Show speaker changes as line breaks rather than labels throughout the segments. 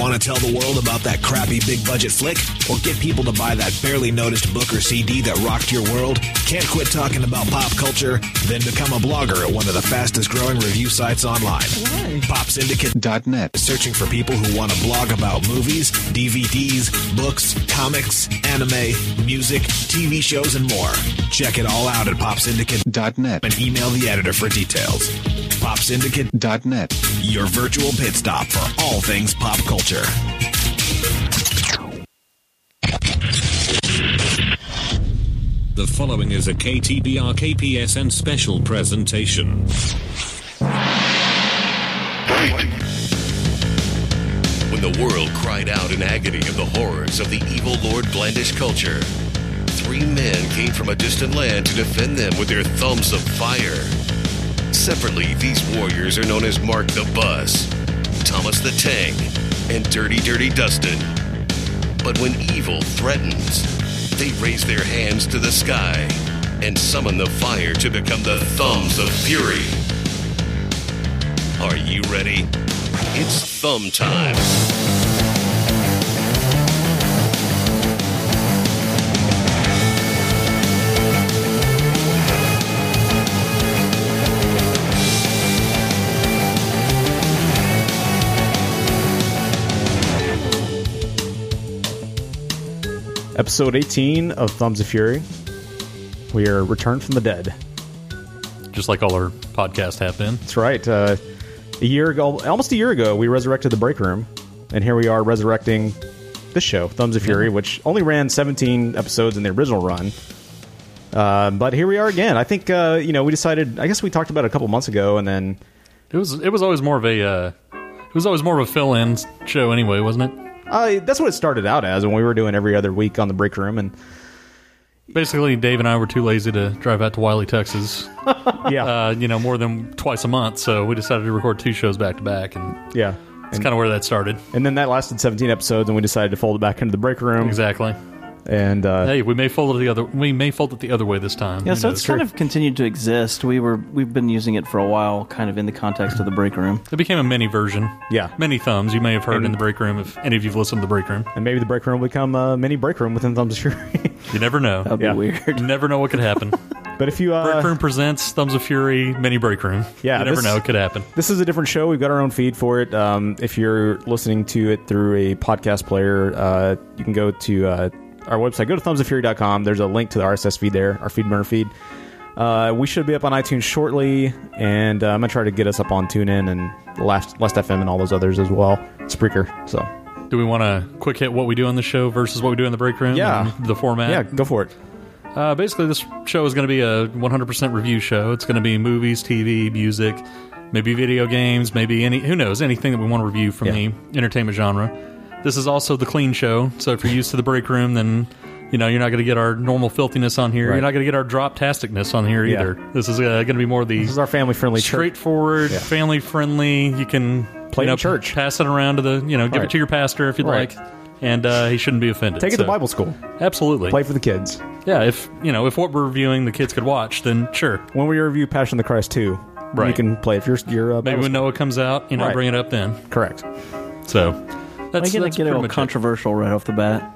Want to tell the world about that crappy big budget flick? Or get people to buy that barely noticed book or CD that rocked your world? Can't quit talking about pop culture? Then become a blogger at one of the fastest growing review sites online. PopSyndicate.net. Searching for people who want to blog about movies, DVDs, books, comics, anime, music, TV shows, and more. Check it all out at PopSyndicate.net and email the editor for details. PopSyndicate.net. Your virtual pit stop for all things pop culture.
The following is a KTBR KPSN special presentation.
When the world cried out in agony of the horrors of the evil Lord Blandish culture, three men came from a distant land to defend them with their thumbs of fire. Separately, these warriors are known as Mark the Bus, Thomas the Tank, and Dirty Dirty Dustin. But when evil threatens, they raise their hands to the sky and summon the fire to become the Thumbs of Fury. Are you ready? It's thumb time.
Episode 18 of Thumbs of Fury. We are returned from the dead.
just like all our podcasts have been.
That's right. Uh, a year ago, almost a year ago, we resurrected the break room, and here we are resurrecting this show, Thumbs of Fury, which only ran 17 episodes in the original run. Uh, but here we are again. I think uh, you know we decided. I guess we talked about it a couple months ago, and then
It was it was always more of a uh, it was always more of a fill in show anyway, wasn't it?
uh, that's what it started out as when we were doing every other week on the break room, and
Basically, Dave and I were too lazy to drive out to Wiley, Texas,
yeah,
uh, you know, more than twice a month. So we decided to record two shows back to back, and
yeah,
that's kind of where that started.
and then that lasted 17 episodes, and we decided to fold it back into the break room,
Exactly.
and uh,
Hey, we may fold it the other we may fold it the other way this time.
Yeah,
Who
so
knows?
it's kind of continued to exist. We were we've been using it for a while, kind of in the context of the break room.
it became a mini version.
Yeah.
mini thumbs. You may have heard in the break room if any of you've listened to the break room.
and maybe the break room will become a mini break room within Thumbs of Fury.
You never know.
That'd
Yeah.
be weird.
You never know what could happen.
but if you uh,
Break Room presents Thumbs of Fury mini break room.
Yeah,
you never
this-
know it could happen.
This is a different show. We've got our own feed for it. Um, if you're listening to it through a podcast player, uh, you can go to uh, our website. Go to thumbsoffury.com. There's a link to the RSS feed there, our feed burner feed. Uh, we should be up on iTunes shortly, and uh, I'm gonna try to get us up on TuneIn and Last Last FM and all those others as well. Spreaker. So
Do we want to quick hit what we do on the show versus what we do in the break room?
Yeah.
and the format.
yeah, go for it.
Uh, basically, this show is going to be a 100% review show. It's going to be movies, TV, music, maybe video games, maybe any who knows anything that we want to review from
Yeah.
the entertainment genre. This is also the clean show. So if you're used to the break room, then you know you're not going to get our normal filthiness on here.
Right.
You're not going to get our drop tasticness on here
Yeah.
either. This is uh, going to be more the
This is our family friendly church.
straightforward,
Yeah.
family friendly. You can
Play
you
it
know,
in church.
pass it around to the you know, give
Right.
it to your pastor if you'd
Right.
like, and uh, he shouldn't be offended.
Take it
So,
to Bible school.
Absolutely,
Play for the kids.
yeah. If you know if what we're reviewing the kids could watch, then sure.
When we review Passion of the Christ two, you
Right.
can play it. If you're, you're uh,
Maybe
Bible
when Noah comes out, you know,
Right.
bring it up then.
school. correct.
So
I
that's
get,
that's
get
pretty
a little
much it.
controversial right off the bat.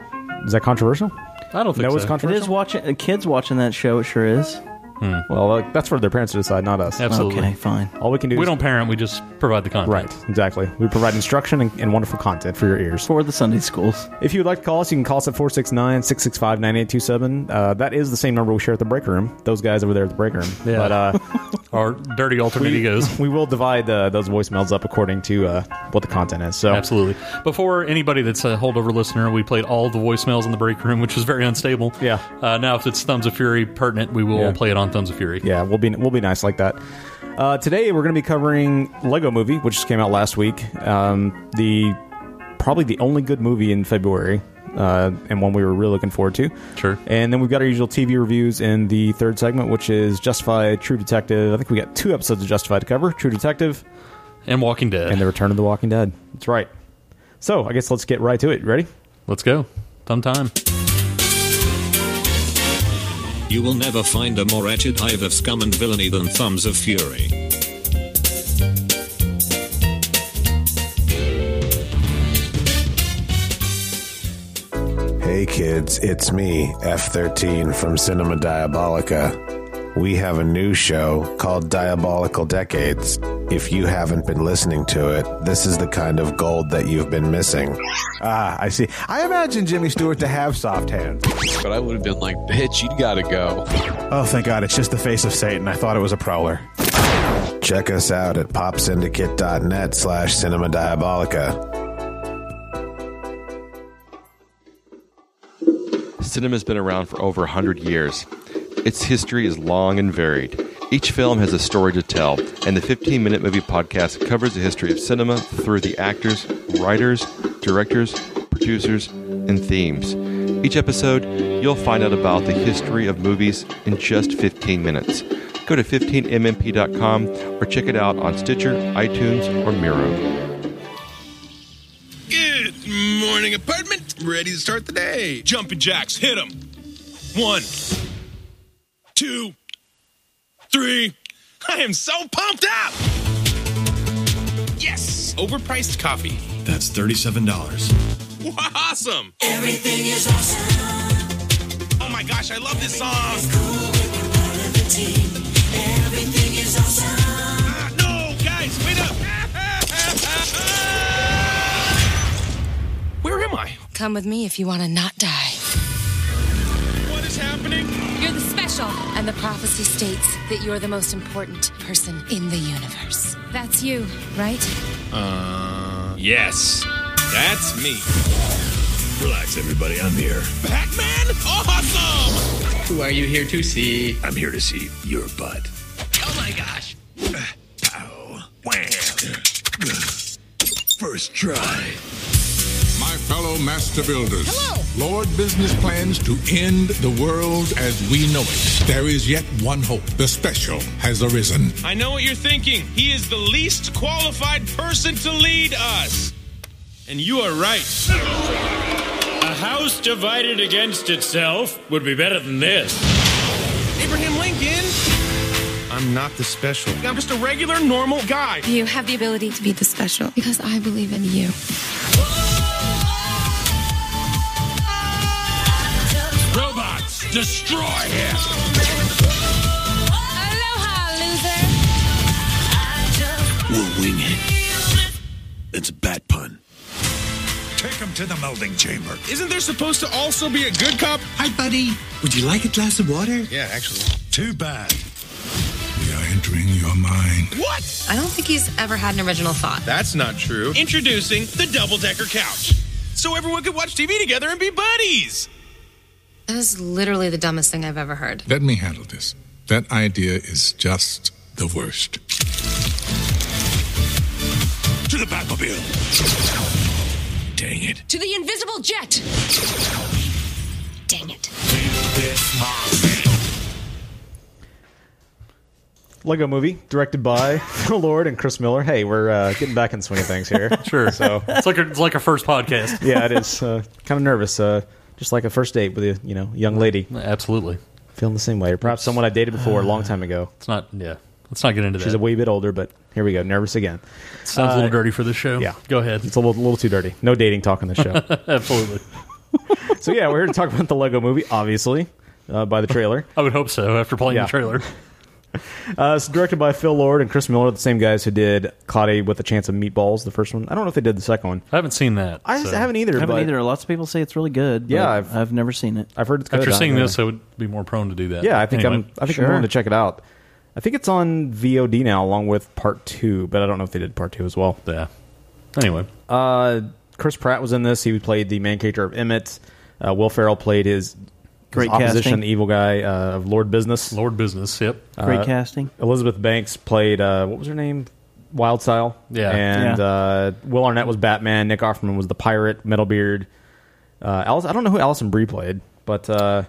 Is that controversial?
I don't think
Noah's
so.
It
controversial.
is watching uh, kids watching that show. It sure is.
Well, uh, that's for their parents to decide, not us.
Absolutely.
Okay, fine.
All we can do
We
is
don't parent. We just provide the content.
right, exactly. We provide instruction and, and wonderful content for your ears.
For the Sunday schools,
If you would like to call us, you can call us at 469-665-9827. Uh, that is the same number we share at the break room. Those guys over there at the break room.
Yeah.
But uh,
Our dirty alternate egos.
we will divide uh, those voicemails up according to uh, what the content is. So
Absolutely. Before anybody that's a holdover listener, we played all the voicemails in the break room, which was very unstable.
Yeah.
Uh, now, if it's Thumbs of Fury pertinent, we will
Yeah.
play it on Thumbs of Fury.
yeah, we'll be we'll be nice like that. Uh, today we're going to be covering Lego Movie, which just came out last week. Um, the probably the only good movie in February, uh, and one we were really looking forward to.
Sure.
And then we've got our usual TV reviews in the third segment, which is Justified, True Detective. I think we got two episodes of Justified to cover: True Detective
And Walking Dead.
and The Return of the Walking Dead. That's right. So I guess let's get right to it. Ready?
Let's go. Thumb time.
You will never find a more wretched hive of scum and villainy than Thumbs of Fury.
Hey kids, it's me, F13 from Cinema Diabolica. We have a new show called Diabolical Decades. If you haven't been listening to it, this is the kind of gold that you've been missing. Ah, I see. I imagine Jimmy Stewart to have soft hands.
But I would have been like, bitch, you gotta go.
Oh, thank God, it's just the face of Satan. I thought it was a prowler.
Check us out at popsyndicate.net slash cinema diabolica.
Cinema's been around for over 100 years. Its history is long and varied. Each film has a story to tell, and the 15 Minute Movie Podcast covers the history of cinema through the actors, writers, directors, producers, and themes. Each episode, you'll find out about the history of movies in just 15 minutes. Go to 15mmp.com or check it out on Stitcher, iTunes, or Miro.
Good morning, apartment. Ready to start the day.
Jumping jacks, hit them. One, two, three. I am so pumped up! Yes! Overpriced coffee.
That's $37.
Awesome!
Everything is awesome.
Oh my gosh, I love this song!
Cool when we're part of the team. Everything is awesome.
Ah, no, guys, wait up! Where am I?
Come with me if you want to not die.
What is happening?
You're the special. And the prophecy states that you're the most important person in the universe. That's you, right?
Uh, yes, that's me.
Relax, everybody, I'm here.
Batman? Awesome!
Who are you here to see?
I'm here to see your butt.
Oh my gosh!
Ow. Wham. First try.
My fellow master builders, Lord Business plans to end the world as we know it. There is yet one hope. The special has arisen.
I know what you're thinking. He is the least qualified person to lead us. And you are right.
A house divided against itself would be better than this.
Abraham Lincoln! I'm not the special. I'm just a regular, normal guy.
You have the ability to be the special because I believe in you.
Robots, destroy him!
Aloha, loser!
We'll wing it. It's a bat pun. Take him to the melding chamber.
Isn't there supposed to also be a good cop?
Hi, buddy. Would you like a glass of water?
Yeah, actually.
Too bad.
We are entering your mind.
What?
I don't think he's ever had an original thought.
That's not true. Introducing the double decker couch. So everyone could watch TV together and be buddies.
That is literally the dumbest thing I've ever heard.
Let me handle this. That idea is just the worst.
To the Batmobile. Dang it.
To the invisible jet! Dang it.
Lego Movie, directed by Phil Lord and Chris Miller. Hey, we're uh, getting back in the swing of things here.
Sure.
So
It's like, a, it's like our first podcast.
yeah, it is uh, kind of nervous. Uh, just like a first date with a you know young lady,
Absolutely.
feeling the same way, or perhaps someone I dated before a long time ago.
It's not, yeah. Let's not get into
She's
Ah. that.
a wee bit older, but here we go, nervous again.
Sounds a little dirty for this show.
yeah.
Go ahead.
It's a little, little too dirty. No dating talk on the show.
Absolutely.
so yeah, we're here to talk about the Lego Movie, obviously, uh, by the trailer.
I would hope so after playing
Yeah.
the trailer.
Uh, it's directed by Phil Lord and Chris Miller, the same guys who did Claudia with a Chance of Meatballs, the first one. I don't know if they did the second one.
I haven't seen that.
I
so.
haven't either.
I haven't
but
either. Lots of people say it's really good. but
Yeah, I've-
I've, never seen it.
I've heard it's good.
After
I-
seeing this, I would be more prone to do that.
yeah, I think
Anyway.
I'm. I think
Sure.
I'm willing to check it out. I think it's on VOD now, along with part two. But I don't know if they did part two as well.
Yeah. Anyway,
Uh, Chris Pratt was in this. He played the main character of Emmett. Uh, Will Ferrell played his, his
Great
opposition,
casting.
the evil guy uh, of Lord Business.
Lord Business. Yep.
Great casting.
Elizabeth Banks played uh, what was her name? Wild Style.
Yeah.
And
Yeah.
Uh, Will Arnett was Batman. Nick Offerman was the pirate. Metalbeard. Uh, Alice, I don't know who Allison Brie played, but uh,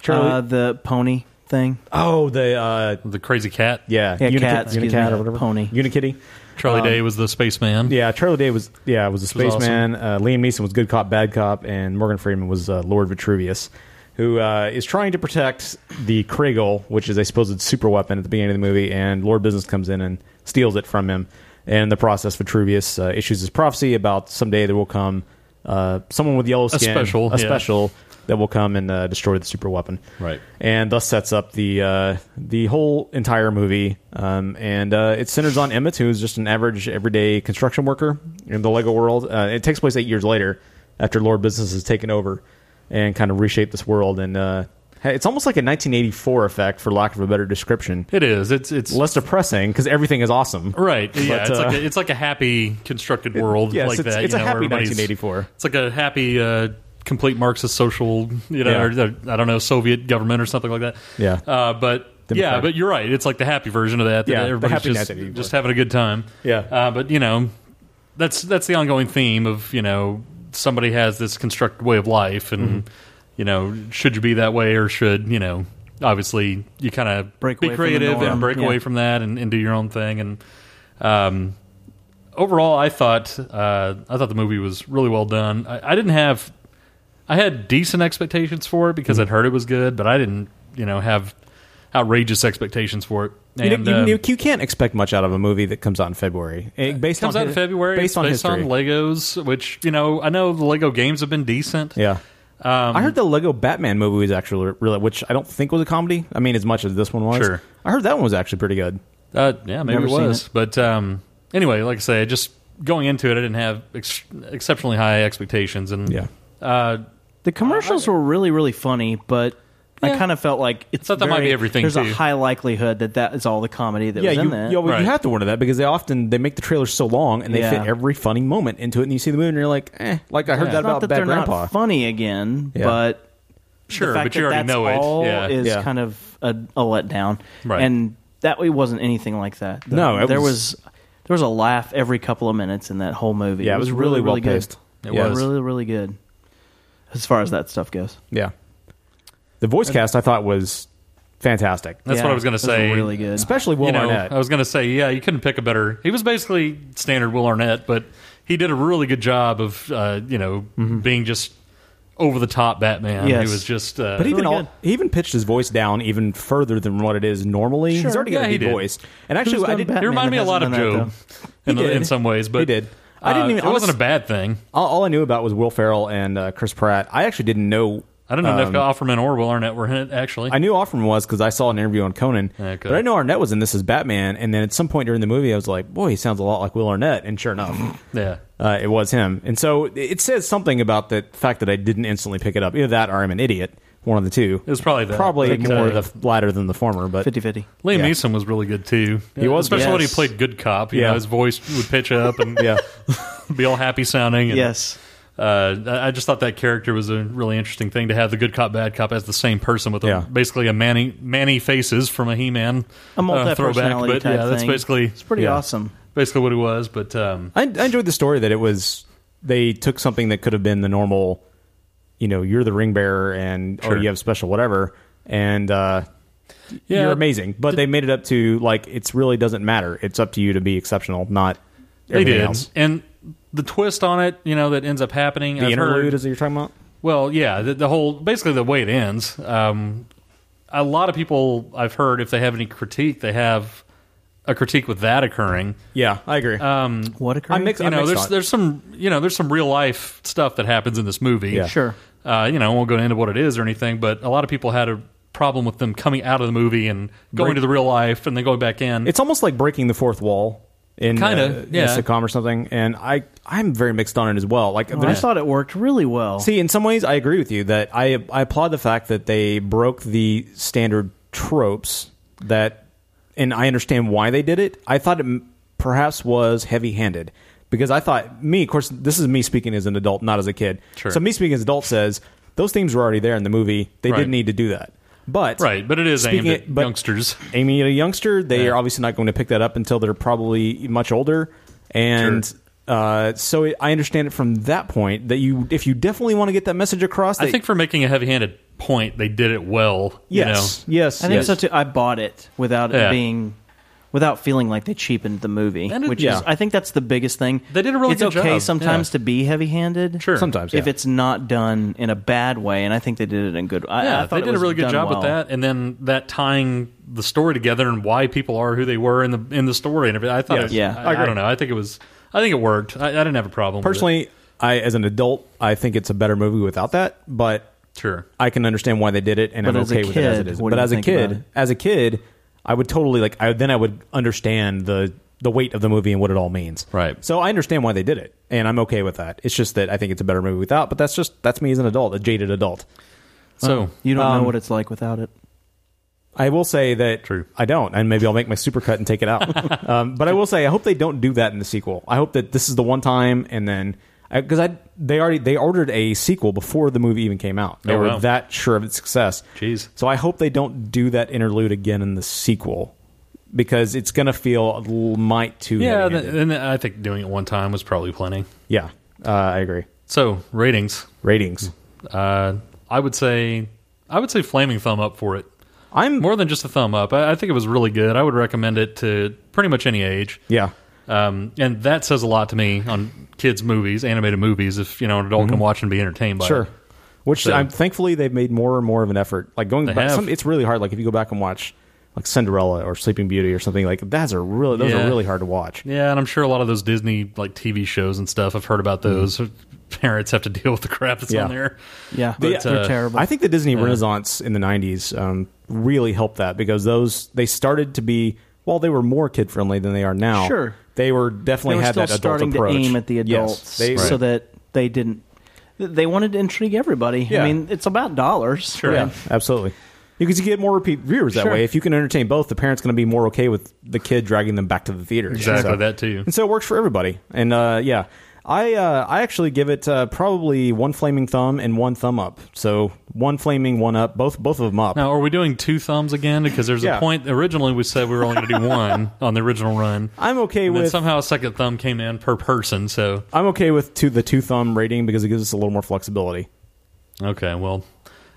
Charlie.
Uh, the pony thing.
oh, the uh,
The crazy cat.
yeah,
Yeah,
Unica-
cat, excuse
Unicat
me,
or whatever.
pony.
Unikitty.
Charlie Day was the spaceman.
Um, Yeah, Charlie Day was yeah was a
was awesome.
spaceman. Uh, Liam Neeson was good cop, bad cop, and Morgan Freeman was uh, Lord Vitruvius, who uh, is trying to protect the Kragel, which is a supposed super weapon at the beginning of the movie, and Lord Business comes in and steals it from him. And in the process, Vitruvius uh, issues his prophecy about someday there will come uh, someone with yellow skin,
special,
a
yeah.
special that will come and uh, destroy the super weapon.
Right.
And thus sets up the uh, the whole entire movie. Um, and uh, it centers on Emmett, who's just an average, everyday construction worker in the Lego world. Uh, it takes place eight years later, after Lord Business has taken over and kind of reshaped this world. And uh, hey, it's almost like a 1984 effect, for lack of a better description.
It is. It's it's
less depressing because everything is awesome.
Right. yeah.
But,
it's, like
uh,
a, it's like a happy constructed world
yes,
like
it's-
that.
it's a
you know, where
happy
everybody's-
1984.
It's like a happy, uh, complete Marxist social, you know,
Yeah.
or, the- I don't know, Soviet government or something like that.
Yeah.
Uh, but. Yeah,
Democratic.
but you're right. It's like the happy version of that. that
Yeah, the
everybody's
happy
just,
1984.
just having a good time.
Yeah.
Uh, but you know, that's that's the ongoing theme of you know somebody has this constructed way of life, and
Mm-hmm.
you know should you be that way or should you know obviously you kind of
Break
be
away from the
creative
norm.
and break
Yeah.
away from that and, and do your own thing and um, overall I thought uh, I thought the movie was really well done. I, I didn't have I had decent expectations for it
Mm-hmm.
because I'd heard it was good, but I didn't you know have outrageous expectations for it.
You,
And,
you,
um,
you, you can't expect much out of a movie that comes out in February. Eh, Based
comes
on
out in
hi-
February.
Based on
it's based
history.
on Legos, which you know, I know the Lego games have been decent.
yeah.
Um,
I heard the Lego Batman movie was actually really, which I don't think was a comedy. I mean, as much as this one was.
Sure.
I heard that one was actually pretty good.
Uh, yeah, maybe
Never
it
seen
was.
it.
But um, anyway, like I say, just going into it, I didn't have ex- exceptionally high expectations, and yeah, uh,
the commercials were really really funny, but. I
Yeah.
kind of felt like it's
thought that might
very-
be everything,
There's
too.
a high likelihood that that is all the comedy that
yeah,
was
you,
in that.
you, you have to wonder that because they often they make the trailers so long and they
Yeah.
fit every funny moment into it, and you see the movie and you're like, eh. Like I heard
Yeah.
that
It's not
about
that
Bad
they're not
Grandpa.
funny again,
Yeah.
but
Sure,
the fact
but you
that
already
that's
know it.
all
Yeah.
is
Yeah.
kind of a, a letdown,
Right.
And that it wasn't anything like that. The-
No, it
there
was-
was, there was a laugh every couple of minutes in that whole movie.
Yeah, it was really well
good.
paced. It
Yeah,
was.
really really good as far as that stuff goes.
Yeah. The voice cast I thought was fantastic.
that's what I was going to say.
Especially Will
you know,
Arnett.
I was going to say, yeah, you couldn't pick a better. He was basically standard Will Arnett, but he did a really good job of uh, you know being just over the top Batman.
Mm-hmm. Yes.
He was just, uh,
but even all, he even pitched his voice down even further than what it is normally.
Sure.
He's already
Yeah,
got
he
a good
did.
voice, and actually, I did.
He reminded me a lot of Joe in, in some ways, but
he did. I didn't
uh,
even.
it wasn't
honest-
a bad thing.
All, all I knew about was Will Ferrell and uh, Chris Pratt. I actually didn't know.
I don't know if
um,
Offerman or Will Arnett were in it actually.
I knew Offerman was because I saw an interview on Conan,
Okay.
but I know Arnett was in This Is Batman. And then at some point during the movie, I was like, "Boy, he sounds a lot like Will Arnett." And sure enough,
Yeah.
uh, it was him. And so it says something about the fact that I didn't instantly pick it up. Either that, or I'm an idiot. One of the two. It
was probably that.
probably
Like,
more
uh,
the latter than the former, but
50-50.
Liam
Yeah.
Neeson was really good too.
He was,
especially when he
yes.
played good cop. You
Yeah.
know, his voice would pitch up and
yeah,
be all happy sounding. and,
Yes.
uh, I I just thought that character was a really interesting thing to have the good cop, bad cop as the same person with a,
Yeah.
basically a Manny Manny faces from a He Man
A multi-personality
uh, But
type
yeah, that's
thing.
basically
It's pretty Yeah. awesome.
Basically what he was, but um,
I, I enjoyed the story that it was they took something that could have been the normal, you know, you're the ring bearer and
Sure.
oh you have special whatever and uh,
Yeah.
you're amazing, but they made it up to like it's really doesn't matter. It's up to you to be exceptional, not
they
everything
did,
else.
and the twist on it, you know, that ends up happening.
The
I've
interlude
heard-
is what you're talking about.
Well, yeah, the, the whole basically the way it ends. Um, a lot of people I've heard, if they have any critique, they have a critique with that occurring.
Yeah, I agree.
Um,
what
occurring? I'm mixed-
you
I'm
know,
mixed
there's
on it.
there's some you know there's some real life stuff that happens in this movie.
Yeah.
Sure.
Uh, you know, I won't go into what it is or anything, but a lot of people had a problem with them coming out of the movie and going
Break-
to the real life and then going back in.
It's almost like breaking the fourth wall in
Kinda,
uh, in
yeah.
a sitcom or something. And I I'm very mixed on it as well.
Oh,
Like
I
there's-
thought it worked really well.
See, in some ways, I agree with you that I I applaud the fact that they broke the standard tropes that, and I understand why they did it. I thought it m- perhaps was heavy handed because I thought me, of course, this is me speaking as an adult, not as a kid.
Sure.
So me speaking as an adult says those themes were already there in the movie. They
Right.
didn't need to do that. But
right, but it is aimed
speaking
at
it- but-
youngsters.
aiming at a youngster, they are obviously not going to pick that up until they're probably much older. And uh, so it, I understand it from that point that you, if you definitely want to get that message across,
I
that-
think for making a heavy-handed point, they did it well.
Yes.
you know?
Yes,
I think
yes.
so too. I bought it without
Yeah.
it being, without feeling like they cheapened the movie,
And it-
which
yeah.
is I think that's the biggest thing. They
did a really
it's
good
okay
job,
sometimes
yeah.
to be heavy-handed.
Sure. Sometimes,
if
yeah.
it's not done in a bad way, and I think they did it in good. I,
yeah,
I thought
they
it
did a
was
really good
done
job
well.
with that, and then that tying the story together and why people are who they were in the in the story and everything. I thought,
Yeah.
it,
Yeah. I
I, I,
agree.
don't know. I think it was, I think it worked. I, I didn't have a problem with it.
personally, I as an adult, I think it's a better movie without that. But
Sure.
I can understand why they did it, and
But
I'm
as a
okay with it as it
kid,
is.
what do
But
you
as a
think about
kid,
it?
as a kid, I would totally like. I then I would understand the the weight of the movie and what it all means. Right. So I understand why they did it, and I'm okay with that. It's just that I think it's a better movie without. But that's just that's me as an adult, a jaded adult.
So, you don't know
um,
what it's like without it.
I will say that I don't, and maybe I'll make my supercut and take it out. um, but I will say I hope they don't do that in the sequel. I hope that this is the one time, and then because I, they already they ordered a sequel before the movie even came out. They
Oh,
were
wow.
that sure of its success. Jeez. So I hope they don't do that interlude again in the sequel because it's going to feel a little might too.
yeah,
heavy-handed.
th- and I think doing it one time was probably plenty.
yeah. Uh, I agree.
So ratings,
ratings.
Uh, I would say, I would say flaming thumb up for it.
I'm
more than just a thumb up. I, I think it was really good. I would recommend it to pretty much any age.
Yeah.
Um, and that says a lot to me on kids' movies, animated movies. If you know an adult
Mhm.
can watch and be entertained by
Sure.
it.
Which
So-
I'm thankfully they've made more and more of an effort. Like going
They
back,
have.
some, it's really hard. Like if you go back and watch like Cinderella or Sleeping Beauty or something like that's a really those
Yeah.
are really hard to watch.
Yeah, and I'm sure a lot of those Disney like TV shows and stuff. I've heard about
Mm-hmm.
those. Parents have to deal with the crap that's on there.
They-
But, uh,
I think the Disney
yeah.
Renaissance in the '90s um, really helped that because those they started to be while they were more kid friendly than they are now.
Sure.
they were definitely
they were
had
still
that adult
starting
approach.
to aim at the
Yes,
adults
they-
so that they didn't. They wanted to intrigue everybody.
Yeah.
I mean, it's about dollars.
Sure. Yeah,
right?
absolutely. Because you get more repeat viewers that
Sure.
way. If you can entertain both, the parent's going to be more okay with the kid dragging them back to the theater.
Exactly,
So-
that too.
And so it works for everybody. And uh, yeah, I uh, I actually give it uh, probably one flaming thumb and one thumb up. So one flaming, one up. Both both of them up.
Now, are we doing two thumbs again? Because there's
Yeah.
a point. Originally, we said we were only going to do one on the original run.
I'm okay
and Then
with-
somehow a second thumb came in per person. So
I'm okay with two, the two thumb rating because it gives us a little more flexibility.
okay, well,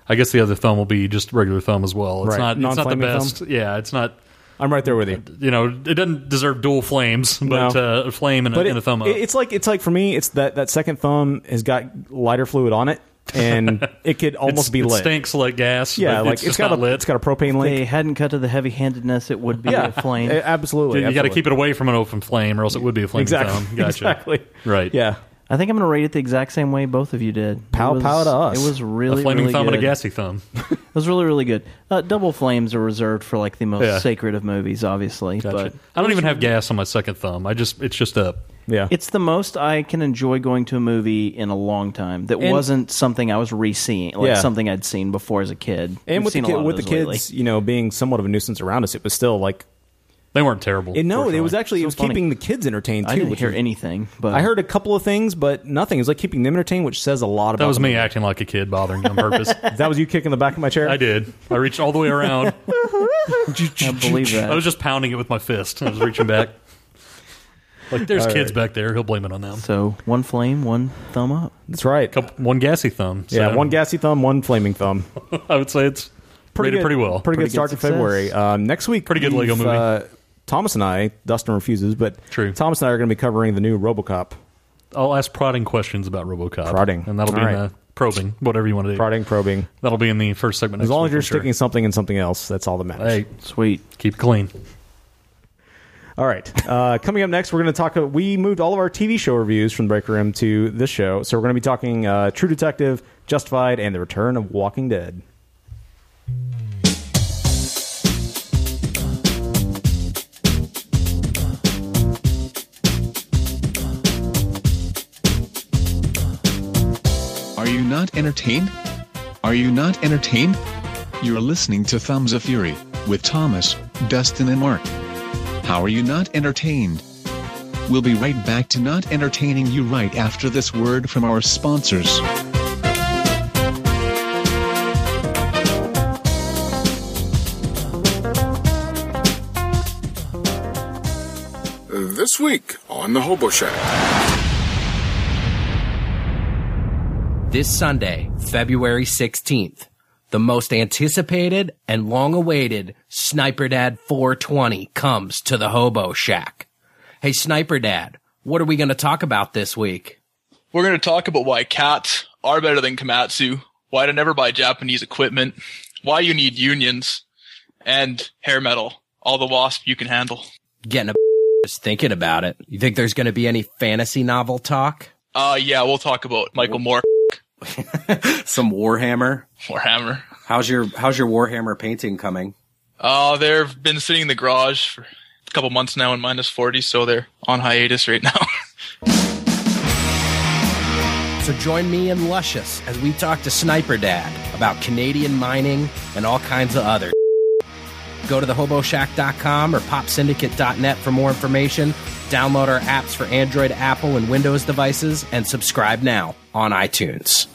I guess the other thumb will be just regular thumb as well. It's
Right.
not. It's not the
Non-flaming
best.
thumb?
Yeah, it's not.
I'm right there with you.
You know, it doesn't deserve dual flames, but
No.
uh, a flame and, a,
But it-
and a thumb up.
it- it's like it's like for me, it's that that second thumb has got lighter fluid on it, and it could almost
It's-
be
it
lit.
stinks like gas.
Yeah,
but
like
it's,
it's
just
got
not
a
lit.
it's got a propane
If
link.
they hadn't cut to the heavy handedness, it would be
Yeah.
a flame.
A- absolutely,
You, got to keep it away from an open flame, or else it would be a flame
Exactly.
thumb. Gotcha.
Exactly.
Right.
Yeah.
I think I'm going to rate it the exact same way both of you did.
Pow,
it was,
pow to us.
It was really
A flaming
really
thumb
good.
and a gassy thumb.
it was really really good. Uh, double flames are reserved for like the most
Yeah.
sacred of movies, obviously. But
I don't even have gas on my second thumb. I just it's just up.
Yeah.
It's the most I can enjoy going to a movie in a long time that
And-
wasn't something I was re-seeing, like
Yeah.
something I'd seen before as a kid.
and with
We've
the
seen a
kid,
lot of
with the
those
kids,
lately.
you know, being somewhat of a nuisance around us, it was still like
they weren't terrible.
It, no, it was
fortunately.
actually it
So
was
funny.
keeping the kids entertained too.
I didn't
which
hear
was-
anything, but
I heard a couple of things, but nothing. It was like keeping them entertained, which says a lot about.
That was
the
me
movie.
acting like a kid, bothering you on purpose.
that was you kicking the back of my chair.
I did. I reached all the way around.
I believe that.
I was just pounding it with my fist. I was reaching back. Like there's
All
kids back there. He'll blame it on them.
So one flame, one thumb up.
That's right.
one gassy thumb.
Yeah,
so-
one gassy thumb, one flaming thumb.
I would say it's rated
good,
pretty well.
Pretty, good start to
success.
February. Um, next week,
Pretty good Lego
we've,
movie.
Uh, Thomas and I, Dustin refuses, but True. Thomas and I are going to be covering the new RoboCop.
I'll ask prodding questions about RoboCop.
Prodding.
and that'll be
All
in
right.
the probing, whatever you want to do.
Prodding, probing.
That'll be in the first segment.
As
next
long
week,
as you're
I'm sure.
sticking something in something else, that's all that matters.
Hey,
sweet.
Keep it clean.
All right. Uh, coming up next, we're going to talk. uh, We moved all of our TV show reviews from the break room to this show, so we're going to be talking uh, True Detective, Justified, and The Return of Walking Dead.
Are you not entertained? Are you not entertained? You're listening to Thumbs of Fury with Thomas, Dustin, and Mark. How are you not entertained? We'll be right back to not entertaining you right after this word from our sponsors.
This week on The Hobo Shack.
This Sunday, February 16th, the most anticipated and long awaited Sniper Dad 420 comes to the Hobo Shack. Hey, Sniper Dad, what are we going to talk about this week?
We're going to talk about why cats are better than Komatsu, why to never buy Japanese equipment, why you need unions, and hair metal. All the wasp you can handle.
Getting a just thinking about it. You think there's going to be any fantasy novel talk?
Uh, yeah, we'll talk about Michael Moore.
Some Warhammer.
Warhammer.
How's your How's your Warhammer painting coming?
Uh, they've been sitting in the garage for a couple months now in minus 40, so they're on hiatus right now.
So join me and Luscious as we talk to Sniper Dad about Canadian mining and all kinds of other. Go to thehoboshack.com or popsyndicate.net for more information. Download our apps for Android, Apple, and Windows devices and subscribe now on iTunes.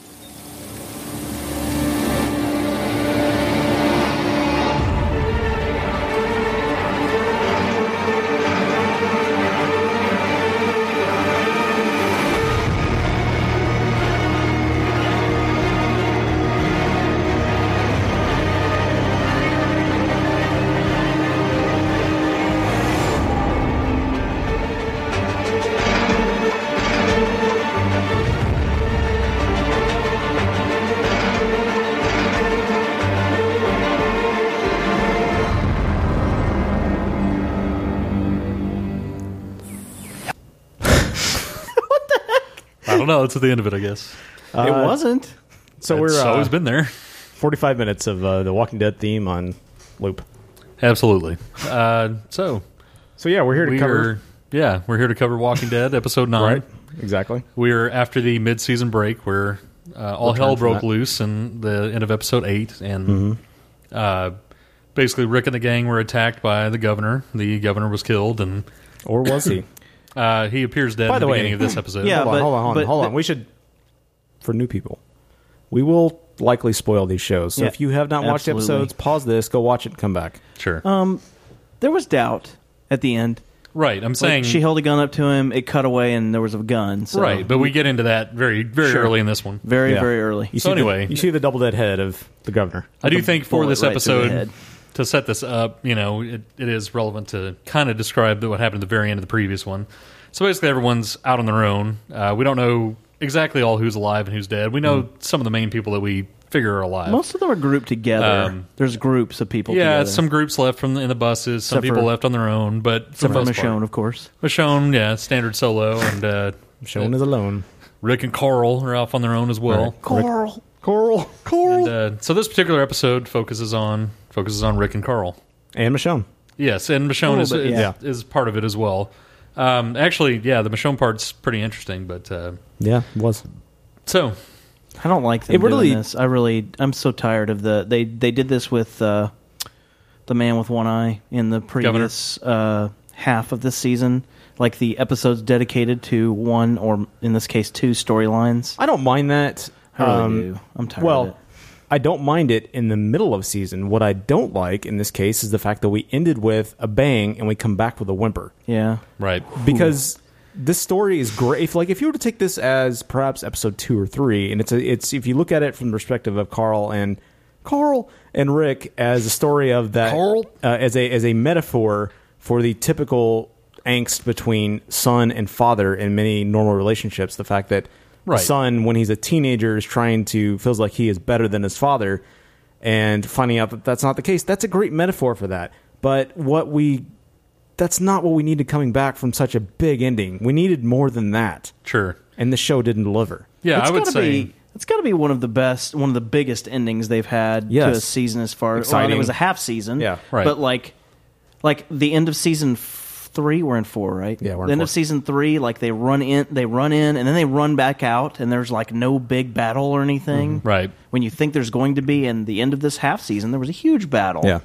I don't know. That's at the end of it, I guess.
It
Uh,
wasn't. Uh, So
It's
we're uh,
always been there.
Forty-five minutes of uh, the Walking Dead theme on loop.
Absolutely. Uh, so,
so yeah, we're here to
we
cover.
are- yeah, we're here to cover Walking Dead episode nine.
Right, exactly.
We are after the mid-season break where uh, all
Return
hell
from
broke
that.
loose in the end of episode eight, and uh, basically Rick and the gang were attacked by the governor. The governor was killed, and
or was he?
uh, he appears dead.
By
at
the
the,
way,
beginning of this episode.
hold on, hold on, hold on. hold on. we should for new people. We will likely spoil these shows. So
Yeah,
if you have not watched
absolutely.
episodes, pause this, go watch it, and come back.
Sure.
Um, there was doubt at the end.
Right, I'm
Like,
saying-
she held a gun up to him. It cut away, and there was a gun. So.
right, but we get into that very, very
Sure.
early in this one.
Very, very early.
so anyway,
you see the double dead head of the governor.
I do think for
bullet
this
right through the
episode,
head.
to set this up, you know, it, it is relevant to kind of describe what happened at the very end of the previous one. So basically, everyone's out on their own. Uh, we don't know exactly all who's alive and who's dead. We know some of the main people that we figure are alive.
Hmm. Most of them are grouped together.
Um,
There's groups of people.
yeah,
together.
some groups left from the, in the buses, some
Except
people
for-
left on their own, but for
except
the
for
most part-
Michonne, of course.
Michonne, yeah, standard solo, and uh,
Michonne is alone.
Rick and Carl are off on their own as well.
Coral, Coral, Coral,
And, uh, so this particular episode focuses on focuses on Rick and Carl.
and Michonne.
Yes, and
A
Michonne
little
is,
bit,
is,
yeah.
is part of it as well. Um, actually, yeah, the Michonne part's pretty interesting, but uh,
Yeah, it was.
so
I don't like them
It really-
doing this. I really, I'm so tired of the. They they did this with uh, the man with one eye in the previous uh, half of this season, like the episodes dedicated to one or in this case two storylines.
I don't mind that.
I really
Um,
do. I'm tired.
well,
of it.
I don't mind it in the middle of season. What I don't like in this case is the fact that we ended with a bang and we come back with a whimper.
yeah,
right
because this story is great. If, like if you were to take this as perhaps episode two or three, and it's a, it's if you look at it from the perspective of Carl and Carl and Rick as a story of that Carl? Uh, as a as a metaphor for the typical angst between son and father in many normal relationships. The fact that
Right.
the son when he's a teenager is trying to feels like he is better than his father and finding out that that's not the case that's a great metaphor for that but what we that's not what we needed coming back from such a big ending. We needed more than that.
Sure.
And the show didn't deliver.
It's gotta Be, it's got to be one of the best, one of the biggest endings they've had
Yes.
to a season as far as. Well,
Exciting.
it was a half season.
Yeah, right.
But like, like the end of season f- three, we're in four, right? Yeah,
we're in
the end
four.
of season three. Like they run in, they run in, and then they run back out, and there's like no big battle or anything.
Mhm.
Mm-hmm.
Right.
When you think there's going to be, and the end of this half season, there was a huge battle.
Yeah.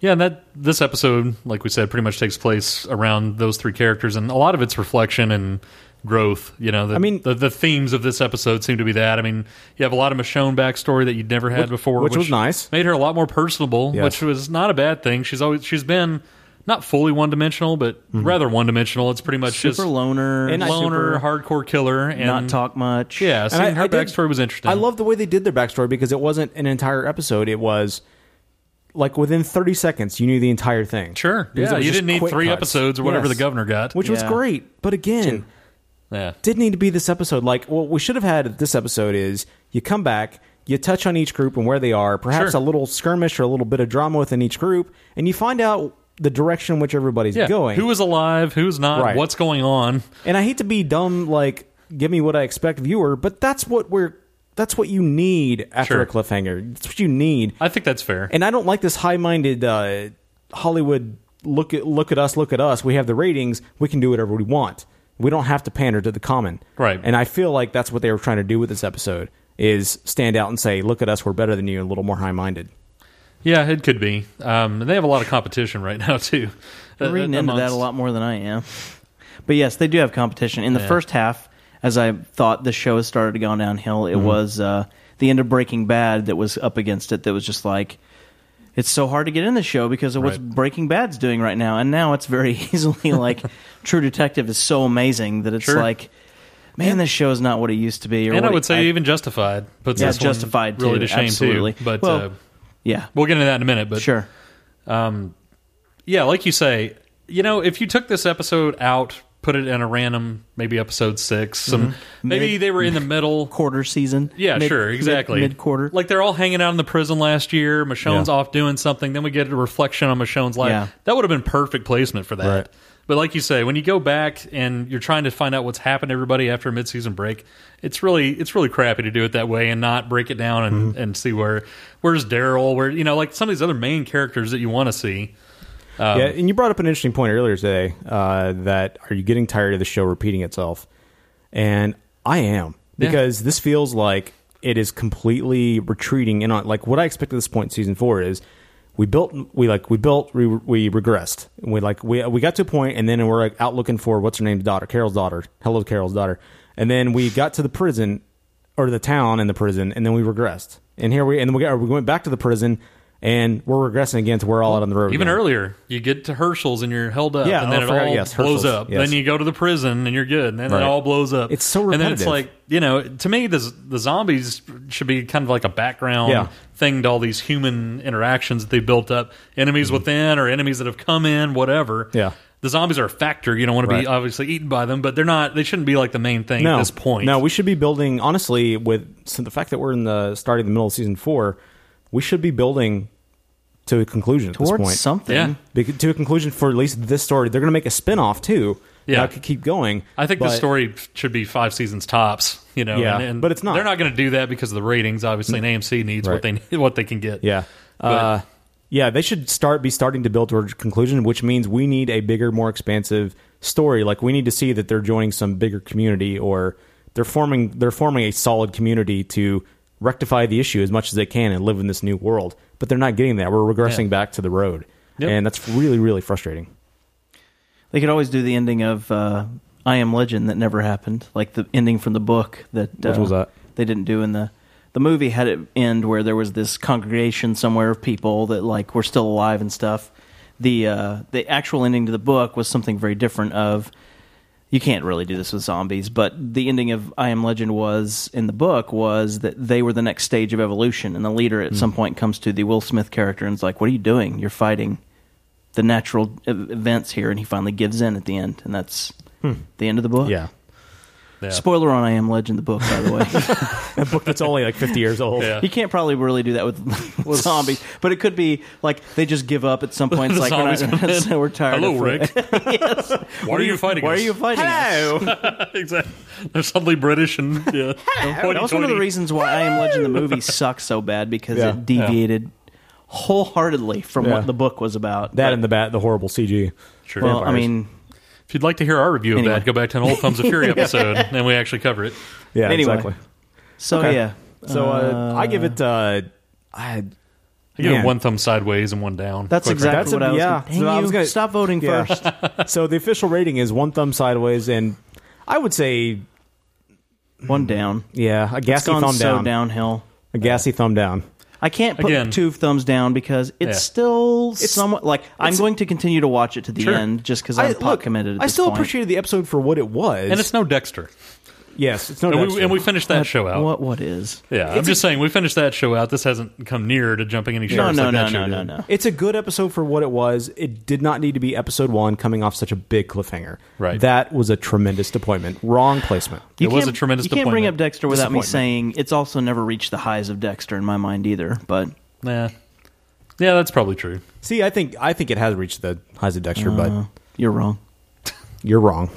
yeah, and that this episode, like we said, pretty much takes place around those three characters, and a lot of it's reflection and growth. You know, the, I mean, the, the themes of this episode seem to be that. I mean, you have a lot of Michonne backstory that you'd never had
Which-
before,
which was nice.
made her a lot more personable,
Yes.
which was not a bad thing. She's always she's been. Not fully one dimensional, but
Mm-hmm.
rather one dimensional. It's pretty much
Super
just
loner,
and loner, hardcore killer, and
not talk much.
Yeah, seeing her
did-
backstory was interesting.
I love the way they did their backstory because it wasn't an entire episode. It was like within 30 seconds, you knew the entire thing. Sure.
Yeah, you didn't need three episodes or whatever the governor got.
Which was
Yeah.
great. But again,
Yeah.
didn't need to be this episode. Like, what we should have had at this episode is you come back, you touch on each group and where they are, perhaps
Sure.
a little skirmish or a little bit of drama within each group, and you find out the direction in which everybody's
yeah.
going.
Who is alive? Who's not?
Right.
What's going on?
and I hate to be dumb, like, give me what I expect viewer, but that's what we're That's what you need after a cliffhanger. That's what you need.
I think that's fair.
And I don't like this high-minded uh, Hollywood look at look at us, look at us. We have the ratings. We can do whatever we want. We don't have to pander to the common.
Right.
And I feel like that's what they were trying to do with this episode is stand out and say, "Look at us, we're better than you," and a little more high-minded.
Yeah, it could be. Um, and they have a lot of competition right now too.
You're reading
Uh,
into that a
amongst-
lot more than I am. But yes, they do have competition. In the
Yeah.
first half, as I thought the show started to go downhill, it
Mhm.
was uh, the end of Breaking Bad that was up against it. That was just like, it's so hard to get in the show because of what
Right.
Breaking Bad's doing right now. And now it's very easily like True Detective is so amazing that it's
Sure.
like, man, this show is not what it used to be. Or
and I
what it-
would say even Justified puts
Yeah,
this one
Justified
really
too,
to shame
absolutely.
too. But
Well,
uh,
yeah.
we'll get into that in a minute. But
sure,
um, yeah, like you say, you know, if you took this episode out, put it in a random maybe episode six, some
Mhm.
maybe
Mid-
they were in the middle
quarter season.
Yeah,
Mid-
sure,
mid-
exactly.
mid-quarter.
like they're all hanging out in the prison last year. Michonne's
Yeah.
off doing something. Then we get a reflection on Michonne's life.
Yeah.
That would have been perfect placement for that. But like you say, when you go back and you're trying to find out what's happened to everybody after a midseason break, it's really it's really crappy to do it that way and not break it down and,
Mm-hmm.
and see where where's Daryl, where you know like some of these other main characters that you want to see. Um,
yeah, and you brought up an interesting point earlier today uh, that are you getting tired of the show repeating itself? And I am
Yeah.
because this feels like it is completely retreating. And on, like what I expect at this point in season four is we built, we like we built, we, we regressed. We like we we got to a point, and then we're like, out looking for what's her name's daughter, Carol's daughter, hello Carol's daughter, and then we got to the prison or the town and the prison, and then we regressed. And here we and we got, we went back to the prison. And we're regressing again to we're all out on the road.
Even
again.
earlier, you get to Herschel's and you're held up,
Yeah,
and then
oh, I
it
forgot,
all
yes,
blows
Herschel's,
up.
yes.
Then you go to the prison and you're good, and then
Right.
it all blows up. It's so and then it's
repetitive.
like you know, to me, the the zombies should be kind of like a background
Yeah.
thing to all these human interactions that they built up, enemies within or enemies that have come in, whatever.
Mm-hmm. Yeah.
the zombies are a factor. You don't want to
Right.
be obviously eaten by them, but they're not. They shouldn't be like the main thing
no,
at this point.
No, we should be building honestly with so the fact that we're in the starting the middle of season four, we should be building to a conclusion at
Towards
this point.
something. Yeah.
Bec- to a conclusion for at least this story. They're going to make a spin-off too.
Yeah.
that could keep going.
I think the
but-
story should be five seasons tops. You know,
Yeah,
and, and
but it's not. Mm-hmm.
They're not going to do that because of the ratings. Obviously, and AMC needs what they
Right.
need, what they can get.
Yeah. uh, yeah, they should start be starting to build towards a conclusion, which means we need a bigger, more expansive story. Like we need to see that they're joining some bigger community or they're forming they're forming a solid community to rectify the issue as much as they can and live in this new world. But they're not getting that. We're regressing
Yeah.
back to the road.
Yep.
And that's really, really frustrating.
They could always do the ending of uh, "I Am Legend" that never happened, like the ending from the book that uh,
Which was that?
they didn't do in the the movie had it end where there was this congregation somewhere of people that like were still alive and stuff. The uh, the actual ending to the book was something very different. Of you can't really do this with zombies, but the ending of I Am Legend was in the book was that they were the next stage of evolution, and the leader at
Hmm.
some point comes to the Will Smith character and is like, "What are you doing? You're fighting." the natural e- events here, and he finally gives in at the end, and that's
Hmm.
the end of the book.
Yeah. Yeah.
Spoiler on I Am Legend, the book, by the way.
a book that's only like 50 years old.
You can't probably really do that with zombies, but it could be like they just give up at some point. It's
The
like we're, not
zombies come
gonna,
in.
so we're tired.
Hello,
of
Rick. Why are you fighting
Why
us?
are you fighting
Hello. exactly. They're suddenly British and yeah.
That was one of the reasons why I Am Legend the movie sucks so bad because
Yeah.
it deviated wholeheartedly from
Yeah.
what the book was about.
That and the bat, the horrible CG.
Sure. Well, I mean- If you'd like to hear our review
Anyway.
of that, go back to an old Thumbs of Fury
Yeah.
episode and we actually cover it.
Yeah, exactly.
So, yeah.
So uh, I give it. Uh, I,
I give it
Man.
one thumb sideways and one down.
That's
quite
exactly
frankly.
what I was. Yeah. Dang
So I
you,
was gonna-
stop voting
Yeah.
first.
so the official rating is one thumb sideways, and I would say
one down.
Yeah, a gassy
gone
thumb
so
down.
downhill.
A gassy thumb down.
I can't put
Again.
two thumbs down because it's
Yeah.
still somewhat like I'm going to continue to watch it to the
Sure.
end just because I'm
I-
pot
look,
committed. At
I
this
still
point.
appreciated the episode for what it was,
And it's no Dexter.
yes, it's no.
and,
Dexter.
we, and we finished that show out.
What what is?
Yeah, I'm
It's a-
just saying we finished that show out. This hasn't come near to jumping any sharks. like that show did.
It's a good episode for what it was. It did not need to be episode one, coming off such a big cliffhanger.
Right.
That was a tremendous disappointment. Wrong placement.
You can't- You can't bring up Dexter without me
Disappointment.
saying it's also never reached the highs of Dexter in my mind either. But
nah, yeah, that's probably true.
See, I think I think it has reached the highs of Dexter,
Uh,
but
you're wrong.
You're wrong.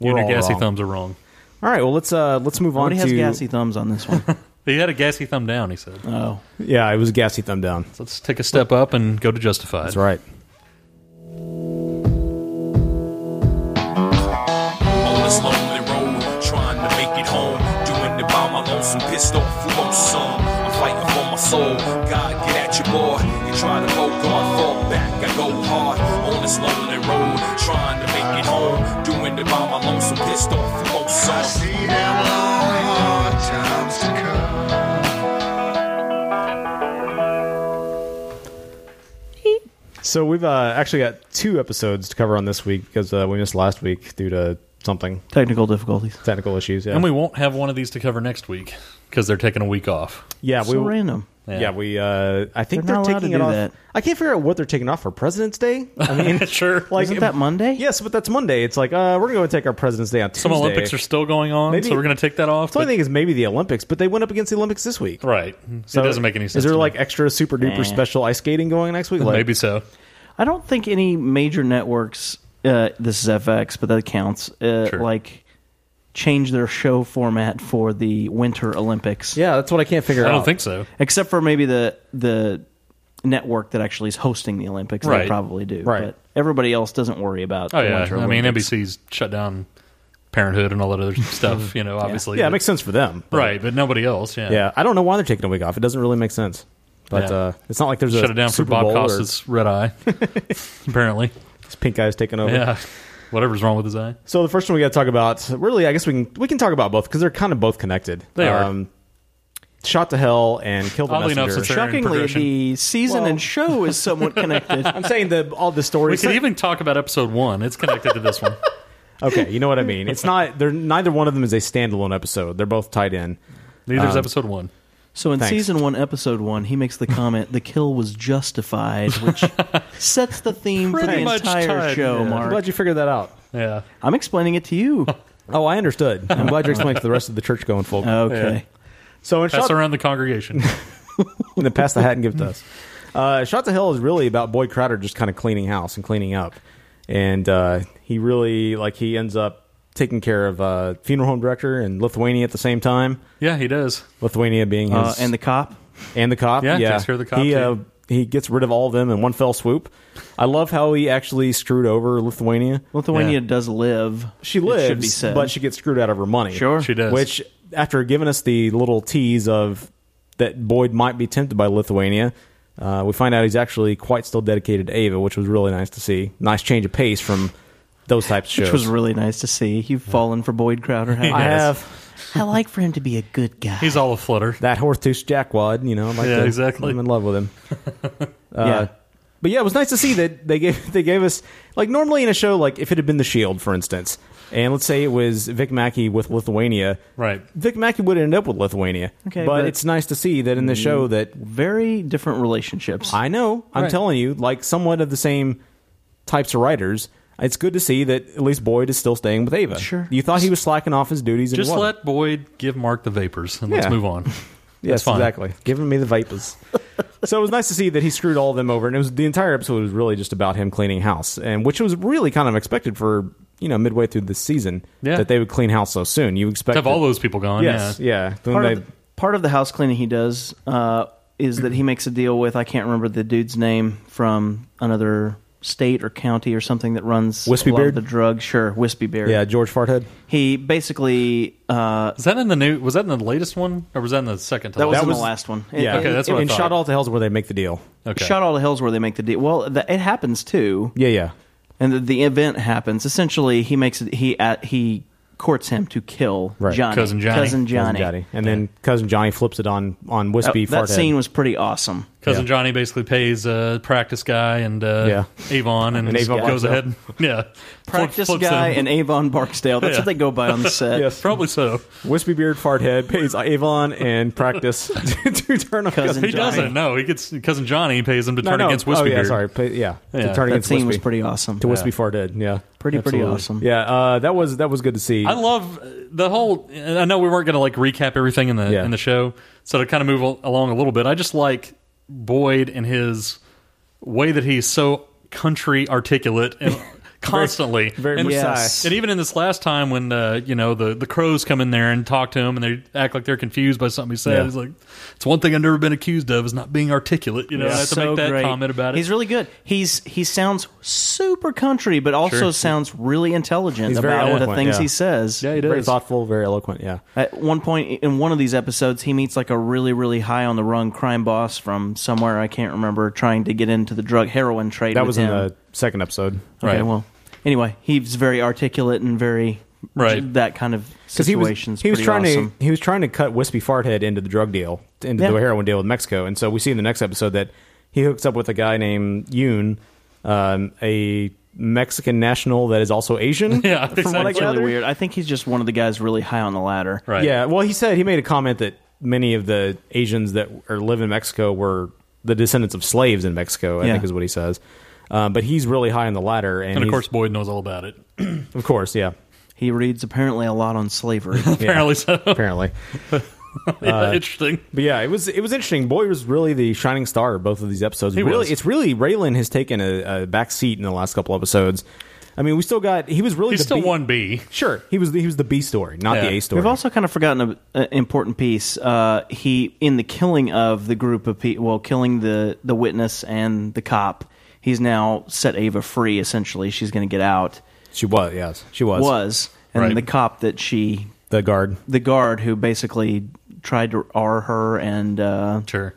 You
all
and your gassy
wrong.
thumbs are wrong.
All right, well let's uh let's move
Nobody
on
has
to
gassy thumbs on this one.
He had a gassy thumb down. He said,
"Oh,
yeah, it was gassy thumb down."
let's take a step up and go to Justified." That's
right.
On this lonely road, trying to make it home. Doing it by my lonesome, pissed off, low son. I'm fighting for my soul. God, get at your boy. You try to go God, fall back. I go hard on this lonely road, trying to make it home. Doing it by my lonesome, pissed off, low son. I see them long, hard times to come.
So we've uh, actually got two episodes to cover on this week because uh, we missed last week due to something
technical difficulties,
technical issues. Yeah,
And we won't have one of these to cover next week because they're taking a week off.
yeah we
So random.
Yeah.
Yeah, we. Uh, I think
They're
they're,
not allowed
taking
to
it
do
off.
that.
I can't figure out what they're taking off for President's Day. I mean,
sure.
Like
Isn't that
Monday? Yes, but that's Monday. It's like uh, we're gonna go and take our President's Day on Tuesday.
Some Olympics are still going on,
Maybe-
so we're going to take that off.
So I think it's maybe the Olympics, but they went up against the Olympics this week.
Right.
So
it doesn't make any sense.
Is there
to me.
like extra super duper
Nah.
special ice skating going next week? Like,
maybe so?
I don't think any major networks. Uh, this is FX, but that counts. Uh, Like, change their show format for the Winter Olympics.
Yeah, that's what I can't figure
I don't out. think so.
Except for maybe the the network that actually is hosting the Olympics.
Right.
They probably do.
Right.
But everybody else doesn't worry about.
Oh
the
yeah,
Winter
I mean
Olympics.
NBC's shut down Parenthood and all that other stuff. You know, obviously.
Yeah, it
but-
makes sense for them. but-
right? But nobody else. Yeah,
Yeah. I don't know why they're taking a week off. It doesn't really make sense. But
Yeah.
uh, it's not like there's a
shut it down
Super
for Bob
Bowl
Costas' red eye. apparently,
his pink eye's taking over.
Yeah, whatever's wrong with his eye.
Or, so the first one we got to talk about, really, I guess we can we can talk about both because they're kind of both connected.
They are.
are. Shot to hell and killed the
Oddly enough,
messenger.
since they're in Shockingly, progression.
the season and show is somewhat connected.
I'm saying the all the stories.
We could even talk about episode one. It's connected to this one.
okay, you know what I mean. It's not. They're neither one of them is a standalone episode. They're both tied in.
Neither's
Um,
episode one.
So in
Thanks.
season one, episode one, he makes the comment, "The kill was justified," which sets the theme for the
Pretty much
entire
tied,
show.
yeah.
Oh, Mark,
I'm glad you figured that out.
Yeah,
I'm explaining it to you.
oh, I understood. I'm glad you're explaining to the rest of the church going folk.
Uh,
Okay.
So in
Pass
shot,
around the congregation.
and then pass the hat and give it to us. Uh, Shot to Hell is really about Boyd Crowder just kind of cleaning house and cleaning up, and uh, he really like he ends up taking care of uh, funeral home director and Lithuania at the same time.
Yeah, he does.
Lithuania being his
Uh, and the
cop
and the cop.
Yeah,
Yeah,
takes care of the cop,
He,
too.
uh, he gets rid of all of them in one fell swoop. I love how he actually screwed over Lithuania.
Lithuania does live.
She
It
lives,
should be said.
but she gets screwed out of her money.
Sure. She does.
Which, after giving us the little tease of that Boyd might be tempted by Lithuania, uh, we find out he's actually quite still dedicated to Ava, which was really nice to see. Nice change of pace from those types of shows.
which was really nice to see. You've fallen for Boyd Crowder. haven't
I
you?
have.
I like for him to be a good guy.
He's uh, all a flutter.
That Hortooth Jackwad, you know. I Like
Yeah,
to-
exactly.
I'm in love with him. Uh,
Yeah.
But yeah, it was nice to see that they gave they gave us like normally in a show like if it had been The Shield, for instance, and let's say it was Vic Mackey with Lithuania,
right?
Vic Mackey would end up with Lithuania.
Okay,
but,
but-
it's nice to see that in the show that
very different relationships.
I know. I'm
Right.
telling you, like somewhat of the same types of writers. It's good to see that at least Boyd is still staying with Ava. Sure. You thought he was slacking off his duties. And he
Just
wasn't.
let Boyd give Mark the vapors, and let's
Yeah.
move on. That's
Yes,
fine.
exactly. Giving me the vapors. so it was nice to see that he screwed all of them over, and it was the entire episode was really just about him cleaning house, and which was really kind of expected for you know midway through the season
Yeah.
that they would clean house so soon. You expect
Have all those people gone?
Yes, yeah. Then
Part,
they-
of the, part of the house cleaning he does uh, is that he makes a deal with I can't remember the dude's name from another state or county or something that runs a
Wispy
lot of
Beard?
the drug. Sure, Wispy Beard.
yeah, George Farthead.
He basically uh,
Is that in the new? Was that in the latest one, or was that in the second? To
That was
last
in the
one?
last one.
Yeah.
It-
okay,
it-
that's what I
it-
thought.
Shot all to hell's where they make the deal.
Okay.
shot all the hills where they make the deal. Well, the, it happens too.
Yeah, yeah.
And the, the event happens. Essentially, he makes it. He at, he courts him to kill Johnny, cousin Johnny. Uh,
and then cousin Johnny flips it on on Wispy.
that, that
Farthead.
scene was pretty awesome.
Cousin Johnny basically pays uh, practice guy and uh, Avon and,
And
just
Avon
goes
Barksdale.
ahead. and- Yeah,
Practice guy and Avon Barksdale. That's what they go by on the set.
Yes.
probably so.
Wispy Beard Farthead pays Avon and practice to turn on cousin.
he
Johnny.
doesn't. No, he gets cousin Johnny pays him to
No,
turn
no.
against Wispy
Oh, yeah,
Beard.
sorry. Pa- yeah.
Yeah.
To turn
That
against
scene
Wispy.
was pretty awesome.
To Wispy
Yeah.
Farthead, yeah.
Pretty, pretty awesome.
Yeah, uh, that was that was good to see.
I love uh, the whole. and I know we weren't going to like recap everything in the in the show, so to kind of move al- along a little bit, I just like Boyd and his way that he's so country articulate and constantly.
very
and,
precise.
And even in this last time when uh, you know the the crows come in there and talk to him and they act like they're confused by something he said,
Yeah.
he's like, "It's one thing I've never been accused of is not being articulate." You know, I have to make that
great.
comment about it.
He's really good. He's he sounds super country, but also
Sure.
sounds really intelligent
He's very
about the
eloquent,
things
yeah.
he says. Yeah,
he Very does. thoughtful, very eloquent. Yeah.
At one point in one of these episodes, he meets like a really, really high on the rung crime boss from somewhere I can't remember, trying to get into the drug heroin trade.
That
with
was in
him.
the second episode.
Okay,
Right.
well, anyway, he's very articulate and very
Right.
that kind of
Because he was
situation's
he was
pretty
trying
awesome.
to he was trying to cut Wispy Farthead into the drug deal, into
Yeah.
the heroin deal with Mexico, and so we see in the next episode that he hooks up with a guy named Yoon, um, a Mexican national that is also Asian.
from what I really weird. I think he's just one of the guys really high on the ladder.
Yeah. Well, he said he made a comment that many of the Asians that are live in Mexico were the descendants of slaves in Mexico. I
Yeah.
think is what he says. Um, but he's really high on the ladder, and,
and of
he's-
course, Boyd knows all about it.
of course, yeah.
He reads apparently a lot on slavery.
Apparently so.
Apparently.
Yeah, interesting.
But yeah, it was it was interesting. Boy was really the shining star of both of these episodes.
He
really,
was.
it's really Raylan has taken a, a back seat in the last couple episodes. I mean, we still got he was really
He's
the
still
B,
one B.
Sure, he was the, he was the B story, not the A story.
We've also kind of forgotten an important piece. Uh, he in the killing of the group of people, well, killing the the witness and the cop. He's now set Ava free. Essentially, she's going to get out.
She was, yes, she was.
was, and
Right.
the cop that she,
the guard,
the guard who basically tried to R her and uh,
sure.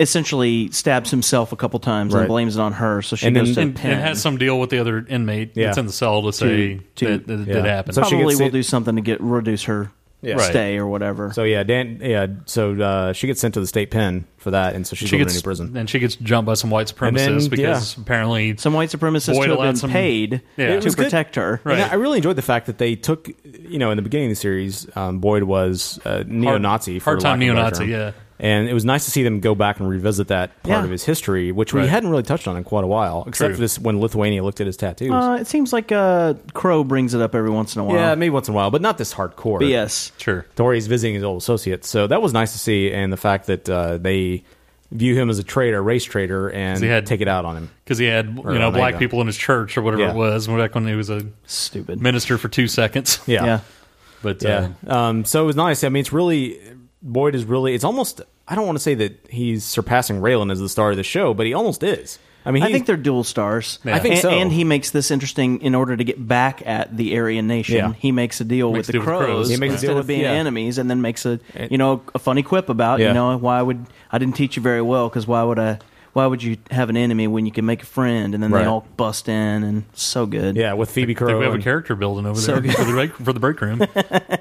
Essentially stabs himself a couple times
Right.
and blames it on her. So she
and,
goes to
and,
the pen.
and has some deal with the other inmate
Yeah.
that's in the cell to say that, that it did happen.
Probably will do something to get reduce her stay or whatever.
So yeah, Dan. Yeah, so uh, she gets sent to the state pen for that, and so she's going to
gets-
prison.
and she gets jumped by some white
And then,
supremacists because
yeah.
apparently
some white supremacists who have been paid
It
to
was good.
protect her.
And I really enjoyed the fact that they took, you know, in the beginning of the series, um, Boyd was uh, neo-Nazi, for
hard-time
lack of a better
neo-Nazi,
term.
yeah.
And it was nice to see them go back and revisit that part
Yeah.
of his history, which we
Right.
hadn't really touched on in quite a while, except
True.
for this when Lithuania looked at his tattoos.
Uh, it seems like uh, Crow brings it up every once in a while.
Yeah, maybe once in a while, but not this hardcore.
But yes.
sure.
Tori's visiting his old associates, so that was nice to see, and the fact that uh, they view him as a traitor, race traitor, and
he had-
take it out on him.
because he had
Or
you know
on
black
Ava.
people in his church or whatever
Yeah.
it was back when he was a
stupid
minister for two seconds.
Yeah. Yeah.
but uh,
yeah.
yeah.
Um, so it was nice. I mean, it's really Boyd is really. It's almost. I don't want to say that he's surpassing Raylan as the star of the show, but he almost is. I mean,
I
he-
think they're dual stars.
I think
and,
so.
And he makes this interesting in order to get back at the Aryan nation.
Yeah.
He makes a deal
Makes
with
a
the
deal with
crows,
crows. He makes a
instead
deal
of
with-
being
yeah.
enemies, and then makes a you know a funny quip about
Yeah.
you know why would I didn't teach you very well because why would I why would you have an enemy when you can make a friend? And then
Right.
they all bust in and so good.
Yeah, with Phoebe
I think
Crow.
we have a
and-
character building over
So
there
good.
for the break, for the break room.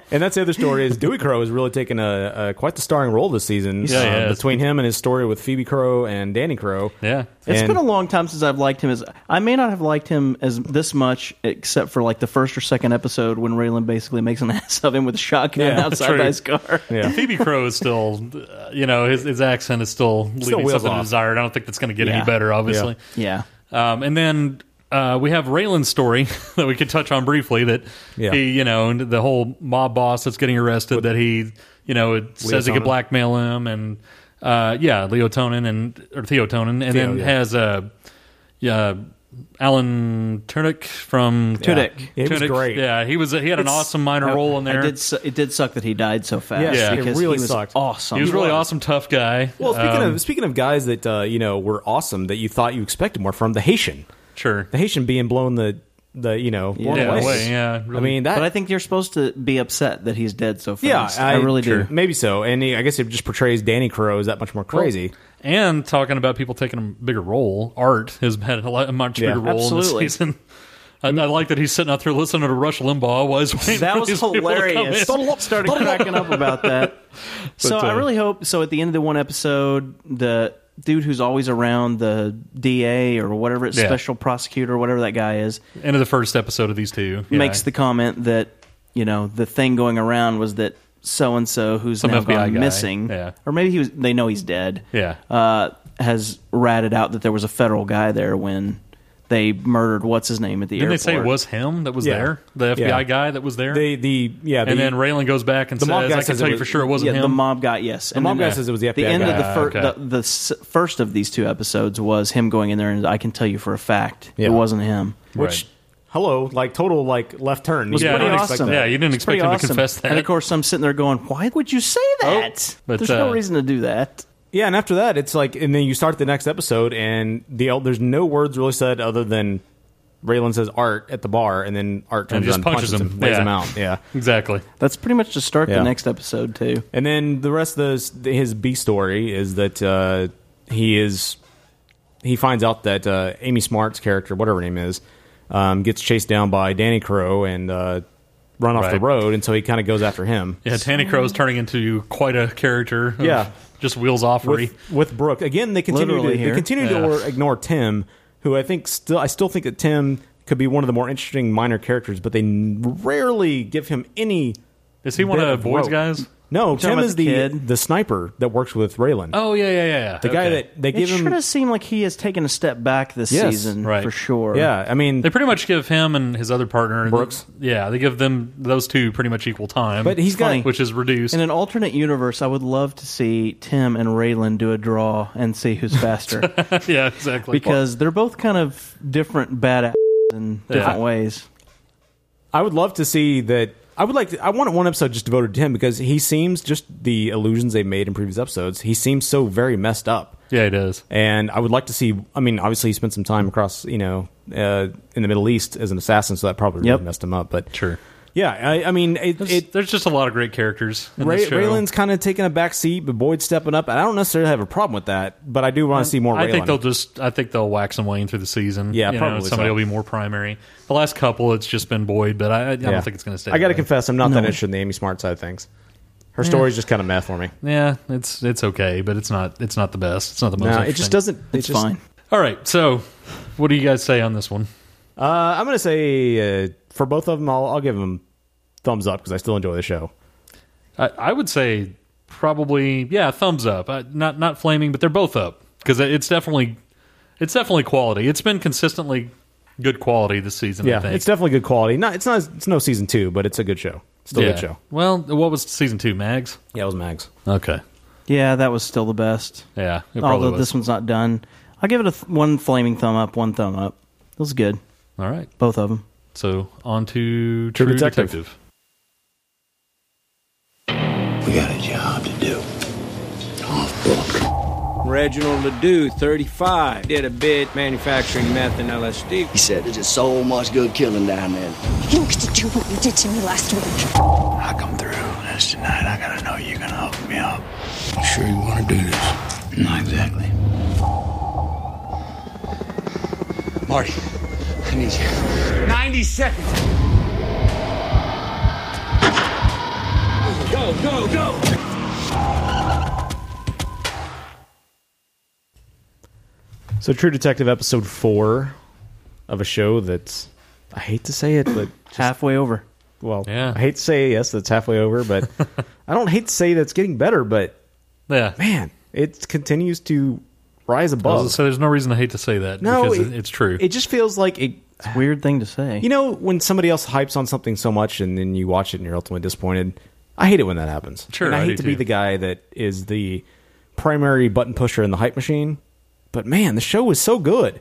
and that's the other story is Dewey Crow has really taken a, a quite the starring role this season. um,
Yeah, he has.
between him and his story with Phoebe Crow and Danny Crow.
Yeah,
It's been a long time since I've liked him as I may not have liked him as this much except for like the first or second episode when Raylan basically makes an ass of him with a shotgun
Yeah,
outside
true.
by his car.
And Phoebe Crow is still, uh, you know, his, his accent is still
Still
leaving
wheels
something
off.
to desire. and I don't think that's going to get
Yeah.
any better, obviously.
Yeah.
Um, and then uh, we have Raylan's story that we could touch on briefly. That
Yeah.
he, you know, and the whole mob boss that's getting arrested. that he, you know, it says he
Tonin?
could blackmail him, and uh, yeah, Leo Tonin and or Theo Tonin,
Theo,
and then
yeah.
has uh, yeah, Alan Turnick from
Yeah. Turnick.
Yeah.
He was
Turnick.
great.
Yeah, he was. He had an
It's-
awesome minor
I-
role in
I
there.
did su- it did suck that he died so fast.
Yeah, it
because
really
he was
sucked.
awesome.
He was really awesome, tough guy.
Well, speaking
Um,
of speaking of guys that uh, you know were awesome that you thought you expected more from the Haitian,
sure,
the Haitian being blown the the you know blown away. I mean that
but I think you're supposed to be upset that he's dead so
Yeah,
fast. I, really do.
Maybe so, and he- I guess it just portrays Danny Crow as that much more crazy.
and talking about people taking a bigger role, Art has had a, lot, a much
Yeah.
bigger role in
Absolutely.
this season. I, I like that he's sitting out there listening to Rush Limbaugh while he's waiting.
That
for
was
these people to come
hilarious.
in.
Started cracking up about that. so
But,
I
uh,
really hope. So at the end of the one episode, the dude who's always around the DA or whatever it's
Yeah.
special prosecutor, whatever that guy is,
End of the first episode of these two yeah.
makes the comment that you know the thing going around was that so and so who's
Some
now
FBI
gone
guy.
missing,
Yeah.
or maybe he was. They know he's dead.
Yeah.
uh, has ratted out that there was a federal guy there when they murdered what's his name at the
Didn't
airport.
they say it was him that was
Yeah.
there? The FBI
Yeah.
guy that was there?
They the yeah,
and
the-
then Raylan goes back and
The
says,
mob guy
"I can
says
tell
it
you for
was-
sure it wasn't
yeah,
him."
the mob guy. Yes,
The mob guy says it was the FBI
end
guy.
of the,
Ah,
fir-
okay.
the the s- first of these two episodes was him going in there and I can tell you for a fact
Yeah.
it wasn't him.
Which hello, like total like left turn.
was
You
pretty
wouldn't expect
awesome.
that.
It's pretty awesome. And of course, I'm sitting there going, "Why would you say that?
Oh, but,
There's no
uh,
reason to do that."
Yeah, and after that, it's like, and then you start the next episode, and the el- there's no words really said other than Raylan says Art at the bar, and then Art turns
And just
around,
punches him.
lays
Yeah.
him out. Yeah,
exactly.
That's pretty much to start
Yeah.
the next episode too.
And then the rest of those, his B story is that uh, he is he finds out that uh, Amy Smart's character, whatever her name is, um, gets chased down by Danny Crow and uh, run off the
Right.
road, and so he kind of goes after him.
Yeah, Tanny Crow is turning into quite a character. of
Yeah.
just wheels offery.
with, with Brooke. Again, they continue
Literally
to
here.
they continue
Yeah.
to or ignore Tim, who I think still I still think that Tim could be one of the more interesting minor characters, but they n- rarely give him any.
Is he one
bit
of the boys'
rope.
guys?
No,
You're talking
Tim
about
is
the
the the,
kid?
sniper that works with Raylan.
Oh yeah, yeah, yeah.
The guy that they give
it sure
him-
does seem like he has taken a step back this
Yes.
season
Right.
for sure.
I mean,
they pretty much give him and his other partner
Brooks?
yeah, they give them those two pretty much equal time.
But he's got-
which is reduced.
In an alternate universe, I would love to see Tim and Raylan do a draw and see who's faster.
yeah, exactly.
because they're both kind of different badass in
Yeah.
different ways.
I would love to see that. I would like. To, I want one episode just devoted to him because he seems just the illusions they made in previous episodes. He seems so very messed up.
Yeah, he does.
And I would like to see. I mean, obviously, he spent some time across, you know, uh, in the Middle East as an assassin, so that probably
Yep.
really messed him up. But
sure.
Yeah, I, I mean, it,
there's, there's just a lot of great characters. In
Ray,
this show.
Raylan's kind of taking a back seat, but Boyd's stepping up. And I don't necessarily have a problem with that, but I do want to see more.
I
Raylan.
think they'll just. I think they'll wax and wane through the season.
Yeah,
You know,
probably
somebody
so.
will be more primary. The last couple, it's just been Boyd, but I, I
Yeah.
don't think it's going to stay.
I got to
that way.
confess, I'm not
No.
that interested in the Amy Smart side of things. Her
Yeah.
story's just kind of meh for me.
Yeah, it's it's okay, but it's not it's not the best. It's not the most.
No, it
interesting.
just doesn't- it It's just- fine.
All right, so what do you guys say on this one?
Uh, I'm gonna say uh, for both of them, I'll, I'll give them thumbs up because I still enjoy the show.
I, I would say probably yeah, thumbs up. Uh, not not flaming, but they're both up because it's definitely it's definitely quality. It's been consistently good quality this season. I
yeah,
think.
it's definitely good quality. Not it's not it's no season two, but it's a good show. Still a
yeah.
good show.
Well, what was season two? Mags.
Yeah, it was Mags.
Okay.
Yeah, that was still the best.
Yeah, it probably
although
was.
this one's not done, I'll give it a th- one flaming thumb up, one thumb up. It was good.
All right,
both of them.
So on to True,
True
Detective.
Detective.
We got a job to do.
Reginald Ledoux, 35, did a bit manufacturing meth and LSD. He said there's so much good killing down there.
You need to do what you did to me last week.
I come through, and it's tonight. I gotta know you're gonna hook me up. Sure, you wanna do this? Not exactly. Marty, I need you.
90 seconds. Go, go, go!
So True Detective episode four of a show that's I hate to say it, but
halfway over.
Well, I hate to say yes, that's halfway over, but I don't hate to say that's getting better, but
Yeah,
man, it continues to rise above.
So there's no reason to hate to say that.
No,
because
it-
it's true.
It just feels like it, it's
a weird thing to say.
You know, when somebody else hypes on something so much and then you watch it and you're ultimately disappointed. I hate it when that happens.
Sure,
and I,
I
hate
do
to
too.
be the guy that is the primary button pusher in the hype machine. But man, the show was so good.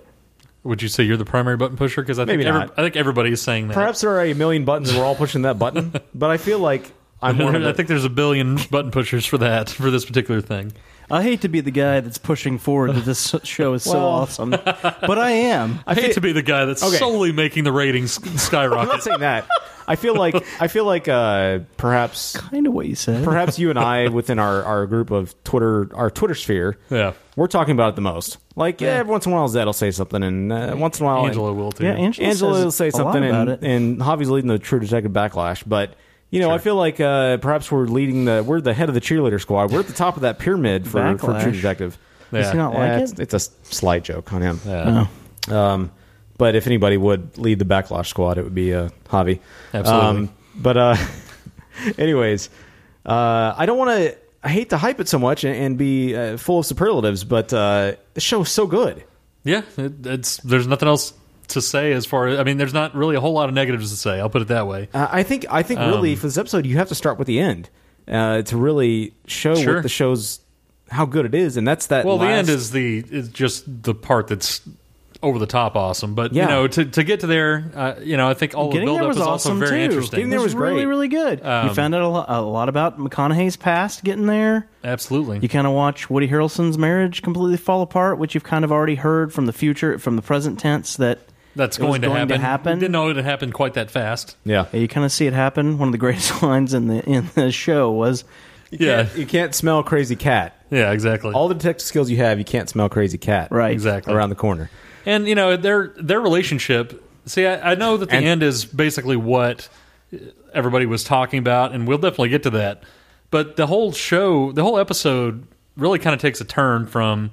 Would you say you're the primary button pusher? Because I think
Maybe
every,
not.
I think everybody is saying that.
Perhaps there are a million buttons and we're all pushing that button. But I feel like I'm one of
I
the,
think there's a billion button pushers for that for this particular thing.
I hate to be the guy that's pushing forward that this show is so
Well-
awesome, but I am.
I hate to be the guy that's
Okay.
solely making the ratings skyrocket.
I'm not saying that. I feel like I feel like uh, perhaps
kind of what you said.
Perhaps you and I within our, our group of Twitter our Twitter sphere.
Yeah,
we're talking about it the most. Like yeah,
Yeah.
every once in a while Zed'll say something, and uh, once in a while
Angela will, too.
Yeah, Angela says
will say
a lot
something,
about
and,
it.
and Javi's leading the True Detective backlash, but. You know, I feel like uh, perhaps we're leading the we're the head of the cheerleader squad. We're at the top of that pyramid for, for True
Backlash?
Detective.
Does he not
Uh,
like it?
it's- It's a slight joke on him. Um, but if anybody would lead the backlash squad, it would be uh, Javi.
Absolutely.
Um, but uh, anyways, uh, I don't want to. I hate to hype it so much and, and be uh, full of superlatives, but uh, the show is so good.
Yeah, it, it's there's nothing else to say as far as I mean, there's not really a whole lot of negatives to say. I'll put it that way.
Uh, I think I think really
Um,
for this episode you have to start with the end uh, to really show
Sure.
what the show's how good it is, and that's that.
well, the end
last-
is the is just the part that's over the top awesome. But
Yeah.
you know, to to get to there, uh, you know, I think all
Getting
the
there
buildup
was
is also
awesome
very
too.
interesting.
It Really, really good. you
Um,
found out a lot, a lot about McConaughey's past getting there.
Absolutely.
You kind of watch Woody Harrelson's marriage completely fall apart, which you've kind of already heard from the future, from the present tense that
That's
it was
going, to, happen.
happen.
Didn't know it had happened quite that fast.
Yeah,
you kind of see it happen. One of the greatest lines in the in the show was,
yeah,
you can't smell crazy cat.
Yeah, exactly.
All the detective skills you have, you can't smell crazy cat. Right,
Exactly.
around the corner.
And you know their their relationship. See, I, I know that the end is basically what everybody was talking about, and we'll definitely get to that. But the whole show, the whole episode, really kind of takes a turn from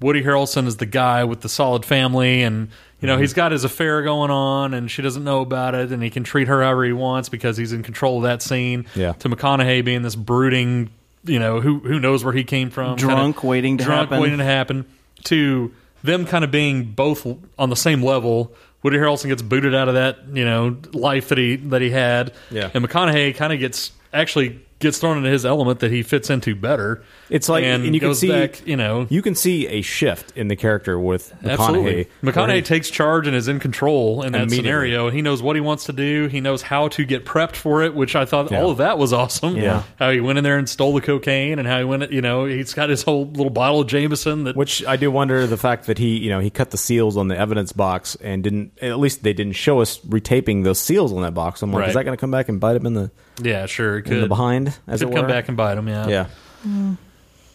Woody Harrelson is the guy with the solid family, and you know he's got his affair going on, and she doesn't know about it, and he can treat her however he wants because he's in control of that scene.
Yeah.
To McConaughey being this brooding, you know, who who knows where he came from, kinda
Drunk, waiting to
drunk,
happen.
waiting to happen. To them kind of being both on the same level. Woody Harrelson gets booted out of that you know life that he that he had,
Yeah.
and McConaughey kind of gets actually gets thrown into his element that he fits into better.
It's like
and,
and, you
goes
can see
back, you know
you can see a shift in the character with McConaughey.
Absolutely.
Where he-
McConaughey takes charge and is in control in that
Immediately.
scenario. He knows what he wants to do. He knows how to get prepped for it, which I thought
Yeah.
all of that was awesome.
Yeah.
How he went in there and stole the cocaine and how he went, you know, he's got his whole little bottle of Jameson that
Which I do wonder the fact that he, you know, he cut the seals on the evidence box and didn't. At least they didn't show us retaping those seals on that box. I'm like,
Right.
is that going to come back and bite him in the?
Yeah, sure. It
In the
could.
behind, as
could
it
come
were.
back and bite him, yeah.
Yeah.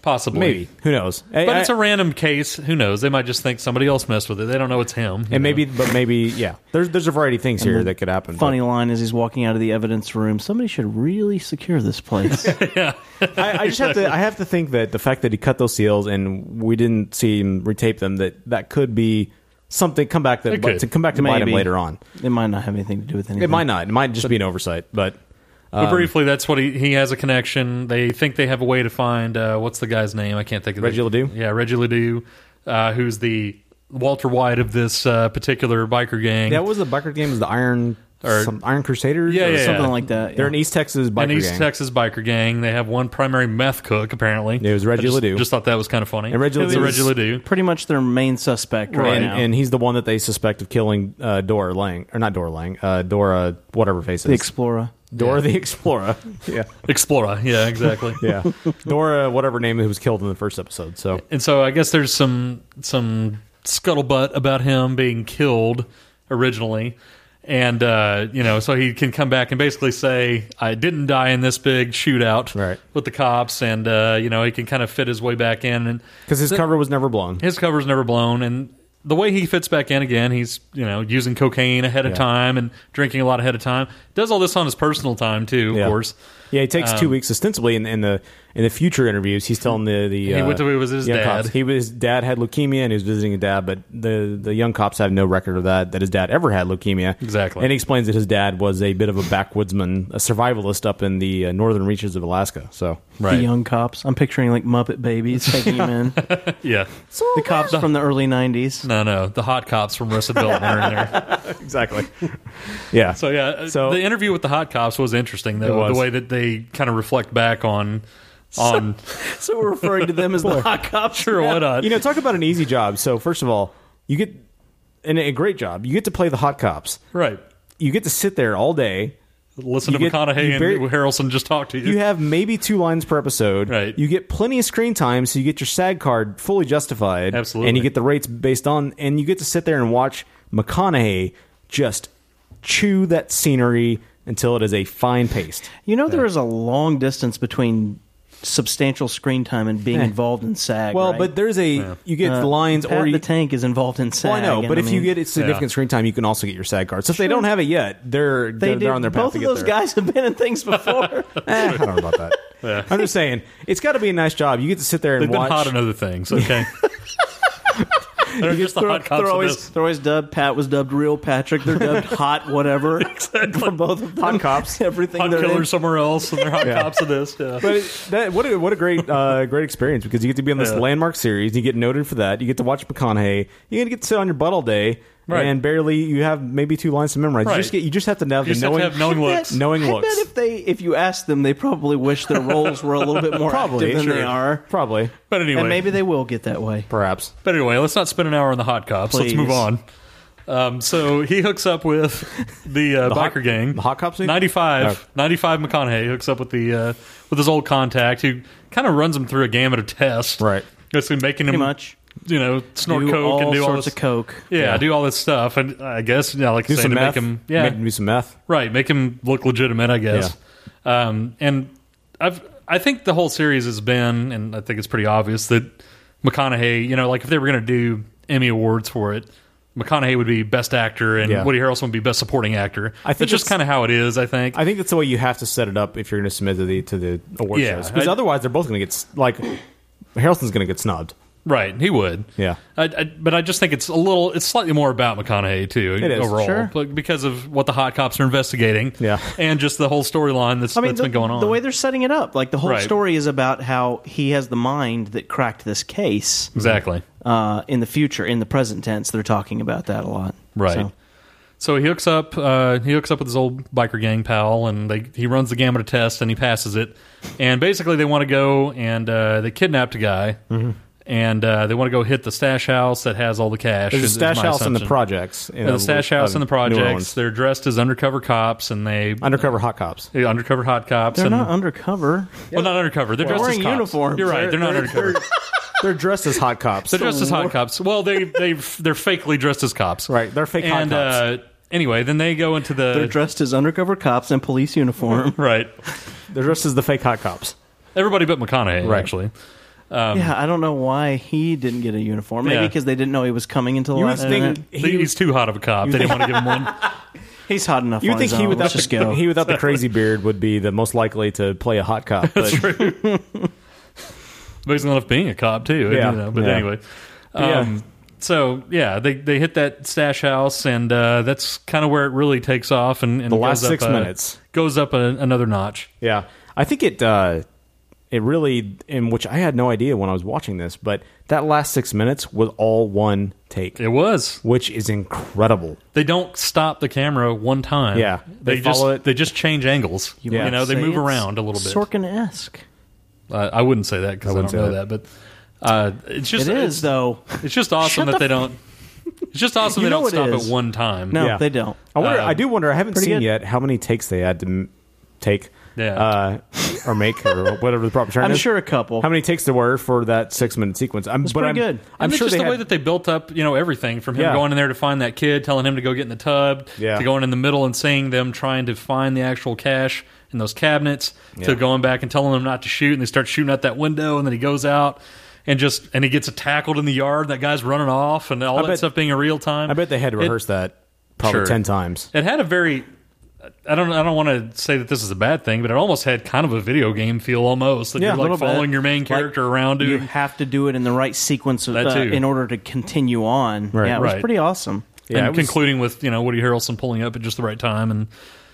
Possibly.
Maybe. Who knows?
But
I-
it's a random case. Who knows? They might just think somebody else messed with it. They don't know it's him. you
And
know.
maybe, but maybe, yeah. There's there's a variety of things
And
here
the
that could happen.
Funny line as he's walking out of the evidence room. Somebody should really secure this place.
but I, I just have to I have to think that the fact that he cut those seals and we didn't see him retape them that that could be something come back that
It could.
to come back to bite him
Maybe.
later on.
It might not have anything to do with anything.
It might not. It might just be an oversight. But,
But
um,
briefly, that's what he, he has a connection. They think they have a way to find uh, what's the guy's name? I can't think of
Reggie
Ledoux. Yeah, Reggie Ledoux, uh, who's the Walter White of this uh, particular biker gang.
that was the biker game was the Iron
Or-
some Iron Crusaders
Yeah,
or
yeah,
something
yeah.
like that. They're an East Texas biker
an East
gang.
Texas biker gang. They have one primary meth cook. Apparently, it
was Reggie
just,
Ledoux.
Just thought that was kind of funny.
And Reggie
It's
Ledoux
Reggie
is-
Ledoux.
Pretty much their main suspect right,
and,
now.
and he's the one that they suspect of killing uh, Dora Lang or not Dora Lang, uh, Dora whatever face
the
is.
Explorer.
Dora the Explorer. Yeah.
Explorer. Yeah, exactly.
yeah. Dora whatever name who was killed in the first episode. So
And so I guess there's some some scuttlebutt about him being killed originally, and uh, you know, so he can come back and basically say, "I didn't die in this big shootout with the cops," and uh, you know, he can kind of fit his way back in, and
because his
the-
cover was never blown.
his cover's never blown, and the way he fits back in again, he's you know using cocaine ahead of
Yeah.
time and drinking a lot ahead of time. Does all this on his personal time too, of course.
Yeah, he takes two
Um,
weeks ostensibly in, in the in the future interviews. He's telling the the
He
uh,
went to- it was his
young
dad.
cops- He was his dad had leukemia and he was visiting a dad, but the the young cops have no record of that that his dad ever had leukemia.
Exactly.
and he explains that his dad was a bit of a backwoodsman, a survivalist up in the uh, northern reaches of Alaska. So
The young cops. I'm picturing like Muppet babies taking him in.
Yeah.
the cops from the early '90s.
No, no, the hot cops from Arrested Development are in there.
exactly. Yeah.
So yeah, uh, the interview with the hot cops was interesting though.
It was.
The way that they kind of reflect back on on
So we're referring to them as the
Boy.
hot cops.
Sure, why not?
You know, talk about an easy job. So first of all, you get and a great job. You get to play the hot cops.
Right.
You get to sit there all day.
Listen to
You get-
McConaughey
you
and
bar-
Harrelson just talk to you.
You have maybe two lines per episode. Right. You get plenty of screen time, so you get your SAG card fully justified.
Absolutely.
And you get the rates based on, and you get to sit there and watch McConaughey just chew that scenery until it is a fine paste.
You know, there is a long distance between substantial screen time and being
Eh.
involved in SAG.
Well,
right? Uh,
but there's a you get Uh, the lines
Pat
or you,
the tank is involved in SAG.
Well, I know,
and
but if you
mean-
get it significant screen time, you can also get your SAG card. So if they
Sure.
don't have it yet, they're
They
they're,
did-
they're on their path
both
to
of
get
those
there.
guys have been in things before.
Eh, I don't know about that. I'm just saying, it's got to be a nice job. You get to sit there and
They've been
watch.
hot in other things. Okay. They're just the
They're,
hot cops.
they're
of
always
this.
they're always dubbed. Pat was dubbed real Patrick. They're dubbed hot whatever.
exactly.
For both of them. hot
cops.
Everything
hot
they're in.
killers somewhere else, and they're hot
Yeah.
cops of this. Yeah.
But it- that, what a what a great uh, great experience because you get to be on this
Yeah.
landmark series. You get noted for that. You get to watch McConaughey. You get to sit on your butt all day
Right.
And barely you have maybe two lines to memorize. You
Right.
just get you just have to have
You
the
just have
knowing
to have knowing looks.
Knowing
I bet
looks.
if they if you ask them, they probably wish their roles were a little bit more
Probably,
active than
sure.
they are.
Probably.
But anyway.
and maybe they will get that way.
Perhaps.
But anyway, let's not spend an hour on the hot cops. Let's
Please.
move on. Um, so he hooks up with the, uh, biker gang, the
hot cops.
Ninety five, ninety five. McConaughey hooks up with the uh, with his old contact, who kind of runs him through a gamut of tests. Right, basically making him
Pretty much.
you know snort
Do
coke
all
and do all
sorts
this
of coke.
Yeah,
Yeah.
do all this stuff, and I guess yeah, like
Do
you say,
some
to
meth.
make him yeah,
Make him do some meth.
Right, make him look legitimate, I guess. Um, and I've I think the whole series has been, and I think it's pretty obvious that McConaughey, you know, like if they were going to do Emmy awards for it, McConaughey would be best actor, and
Yeah.
Woody Harrelson would be best supporting actor.
I think
That's just
it's-
kind of how it is. I think.
I think that's the way you have to set it up if you're going to submit to the to the award
Yeah,
shows because
I-
otherwise they're both going to get s- like Harrelson's going to get snubbed.
Right, he would.
Yeah.
I, I, but I just think it's a little, it's slightly more about McConaughey too
It is,
overall,
sure.
but because of what the hot cops are investigating, yeah, and just the whole storyline that's,
I mean,
that's
the,
been going on.
the way they're setting it up, like the whole
Right.
story is about how he has the mind that cracked this case.
Exactly.
Uh, in the future, in the present tense, they're talking about that a lot.
Right. So,
So,
he hooks up. Uh, he hooks up with his old biker gang pal, and they, he runs the gamut of tests, and he passes it. And basically, they want to go and uh, they kidnapped a guy, and uh, they want to go hit the stash house that has all the cash.
There's a
is- is
stash
my
house and the
assumption.
projects. in
Yeah, the
a-
stash house
of
and the
New Orleans.
projects. They're dressed as undercover cops, and they
undercover hot cops.
They're undercover hot cops.
they're
and,
not undercover.
well, not undercover. They're
They're
dressed as
wearing
cops.
uniforms.
You're right. They're,
They're-
not
they're-
undercover.
They're dressed as hot cops.
They're dressed as hot cops. Well, they they they're fakely dressed as cops. Right.
They're fake hot
and,
cops.
Uh, anyway, then they go into the
They're dressed as undercover cops in police uniform.
right.
They're dressed as the fake hot cops.
Everybody but McConaughey,
Right.
actually. Um,
yeah, I don't know why he didn't get a uniform. Maybe
Yeah.
because they didn't know he was coming into the
You would
last
think
minute.
he- he's too hot of a cop. They didn't want to give him one.
He's hot enough.
You
on
would think
his
he
own.
without
Let's just
the,
go.
he without the crazy beard would be the most likely to play a hot cop. But
But he's not being a cop too.
Yeah.
you know, but
Yeah.
anyway, um,
Yeah.
So yeah, they they hit that stash house, and uh, that's kind of where it really takes off. And, and
The
goes
last
up,
six
uh,
minutes.
goes up a, another notch.
Yeah, I think it uh, it really in which I had no idea when I was watching this, but that last six minutes was all one take. It
was,
which is incredible.
They don't stop the camera one time.
Yeah.
they,
They
just
follow
they just change angles. You,
might
know, they
say
move
it's
around a little bit.
Sorkin esque.
I, I wouldn't say that
I
because I,
wouldn't
don't know
say
that. but uh, it's just
It is,
it's-
though.
It's just awesome that
Shut the
they
f-
don't. It's just awesome
You
they
know
don't
it
stop
is.
at one time.
No, they don't.
I wonder.
Uh,
I do wonder. I haven't
pretty
seen
good.
yet how many takes they had to m- take,
Yeah.
uh, or make, or whatever the proper term
I'm
is.
sure
a couple.
How many takes there were for that six minute sequence? I'm, but I'm, I'm
and it's
sure
just
they
the
had,
way that they built up, you know, everything from him
Yeah.
going in there to find that kid, telling him to go get in the tub,
Yeah.
to going in the middle and seeing them trying to find the actual cash in those cabinets,
Yeah.
to going back and telling them not to shoot, and they start shooting at that window, and then he goes out and just and he gets tackled in the yard. That guy's running off, and all
I
that
bet-
stuff being in real time.
I bet they had to
It-
rehearse that probably
Sure.
ten times.
It had a very I don't I don't want to say that this is a bad thing, but it almost had kind of a video game feel almost that
Yeah, a
you're
little
like
bit.
following your main character around
You
doing
have to do it in the right sequence of,
That
uh,
too.
in order to continue on. Yeah, it was pretty awesome.
and concluding with you know Woody Harrelson pulling up at just the right time, and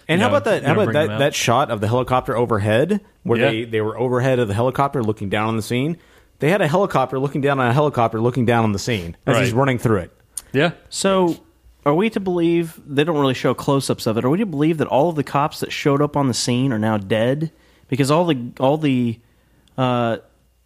And
you
how
know,
about that?
you
How
know,
about
bringing
that,
him out.
that shot of the helicopter overhead, where
Yeah.
they, they were overhead of the helicopter looking down on the scene? They had a helicopter looking down on a helicopter looking down on the scene as he's
Right.
running through it.
Yeah.
So, are we to believe they don't really show close-ups of it? Are we to believe that all of the cops that showed up on the scene are now dead because all the all the uh,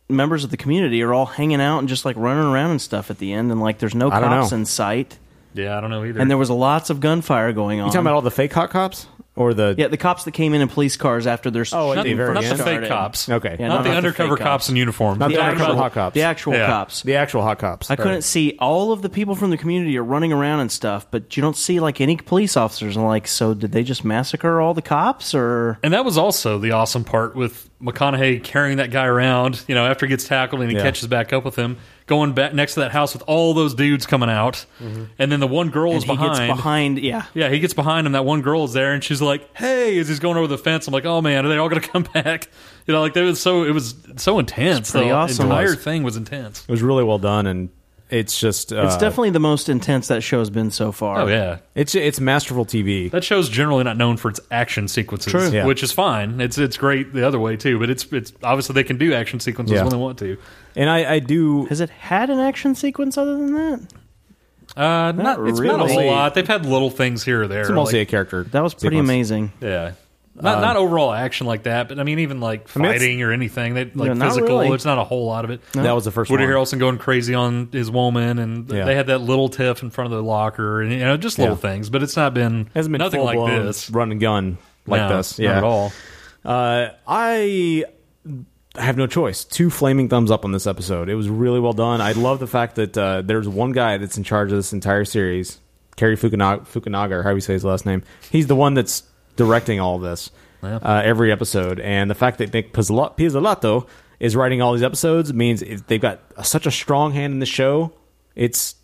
members of the community are all hanging out and just like running around and stuff at the end, and like there's no
I don't
cops
know.
in sight,
Yeah, I don't know either.
and there was lots of gunfire going on.
You talking about all the fake hot cops or the
yeah the cops that came in in police cars after their
Oh, at
shooting
the very
first
end? Not the
started.
fake cops. Okay.
Yeah,
Not the
fake
undercover cops in uniform. Not the
actual-
undercover hot cops.
The actual
Yeah.
cops.
The actual hot cops.
I couldn't
Right.
see all of the people from the community are running around and stuff, but you don't see like any police officers. And like, so did they just massacre all the cops or?
And that was also the awesome part with McConaughey carrying that guy around. You know, after he gets tackled and he
Yeah.
catches back up with him, going back next to that house with all those dudes coming out, and then the one girl
And
is
he gets
behind.
behind, yeah.
yeah, he gets behind him. That one girl is there, and she's like, "Hey!" As he's going over the fence, I'm like, "Oh man, are they all going to come back?" You know, like that was so it was so intense.
pretty
the
awesome.
entire
It was.
thing was intense.
It was really well done, and it's just uh,
it's definitely the most intense that show's been so far.
Oh, yeah.
it's it's masterful TV.
That show's generally not known for its action sequences,
True. Yeah.
which is fine. It's it's great the other way too, but it's it's obviously they can do action sequences
Yeah.
when they want to.
And I, I do
Has it had an action sequence other than that?
Uh, not, it's been a
really.
whole lot. They've had little things here or there.
It's mostly
like-
a character.
That was pretty
sequence.
amazing.
Yeah. Not
Um,
not overall action like that, but I mean even like
I mean, it's-
fighting or anything. They like
Yeah, not
physical.
really.
It's not a whole lot of it.
No. That was the first
Woody
one.
Harrelson going crazy on his woman, and
Yeah.
they had that little tiff in front of the locker, and you know just little
Yeah.
things. But it's not been
Hasn't been
nothing like
full-blown
this.
run and gun like
No,
this.
not
Yeah,
at all.
Uh, I have no choice. Two flaming thumbs up on this episode. It was really well done. I love the fact that uh, there's one guy that's in charge of this entire series, Kerry Fukunaga, Fukunaga or how you say his last name. He's the one that's directing all this
Yeah.
uh, every episode, and the fact that Nick Pizzola- Pizzolatto is writing all these episodes means it, they've got such a strong hand in the show. It's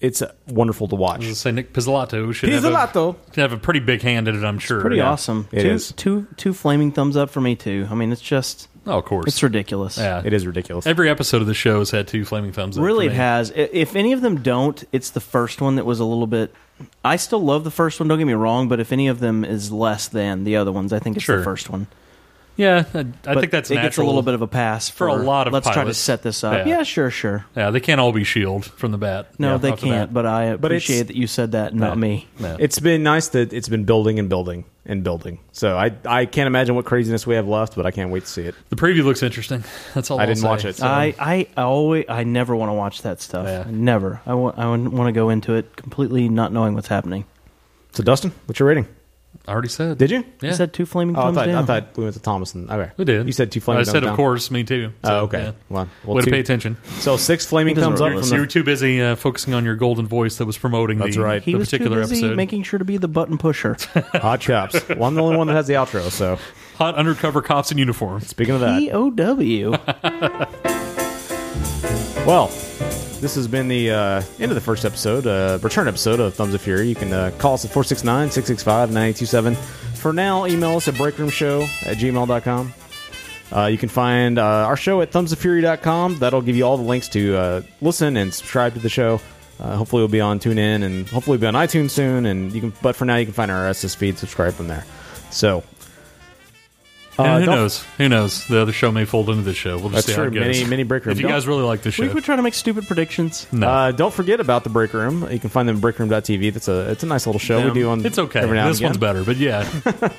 it's wonderful to watch.
I was gonna say Nick Pizzolatto should
Pizzolatto.
have a, should have a pretty big hand in it. I'm sure.
Pretty
Yeah.
awesome. two, two two flaming thumbs up for me too. I mean, it's just
Oh, of course.
it's ridiculous.
Yeah. It
is ridiculous.
Every episode of the show has had two flaming thumbs up.
Really,
for
it
me.
has. I- If any of them don't, it's the first one that was a little bit. I still love the first one. Don't get me wrong, but if any of them is less than the other ones, I think it's
Sure.
the first one.
Yeah, I, I
But
think that's
it
natural.
gets a little bit of a pass
for, a
for,
lot of.
"Let's try to
pilots."
set this up. Yeah, sure, sure.
Yeah, they can't all be shield E from the bat.
No,
Yeah,
they
off the bat.
can't. But I
But it's-
appreciate that you said that, not me.
It's been nice that it's been building and building and building. So I I can't imagine what craziness we have left, but I can't wait to see it.
The preview looks interesting. That's all.
I
I'll
didn't
say.
watch it, so-
I, I always I never want to watch that stuff. Never. I want I want to go into it completely not knowing what's happening.
So Dustin, what's your rating?
I already said.
Did you?
Yeah.
You said two flaming
Oh, I
thumbs
thought,
down.
I thought we went to Thomason. Okay,
We did.
You said two flaming.
I
thumbs
said, of
down.
course, me too.
oh,
So,
okay.
yeah.
Well,
Way
two-
to pay attention.
So six flaming thumbs up.
You're,
From the,
too busy uh, focusing on your golden voice that was promoting
That's
the,
right.
the
He was too
particular
busy
episode.
making sure to be the button pusher.
Hot chops. well, I'm the only one that has the outro. So
Hot undercover cops in uniform.
Speaking of that,
P E O W.
Well, this has been the uh, end of the first episode, uh, return episode of Thumbs of Fury. You can uh, call us at 469 665 9827. For now, email us at breakroomshow at gmail.com. Uh, you can find uh, our show at thumbsoffury.com. That'll give you all the links to uh, listen and subscribe to the show. Uh, hopefully, we'll be on TuneIn and hopefully we'll be on iTunes soon. And you can, but for now, you can find our SS feed, subscribe from there. So, uh,
and who
don't-
knows? Who knows? The other show may fold into this show. We'll
That's
just see how it
true.
goes.
Many- many break room.
If you
Don't-
guys really like this show,
we were trying to make stupid predictions.
Uh, don't forget about the break room. You can find them at breakroom.tv. That's a it's a nice little show
Them.
we do on.
It's okay.
Every now and
This one's
again.
better, but yeah,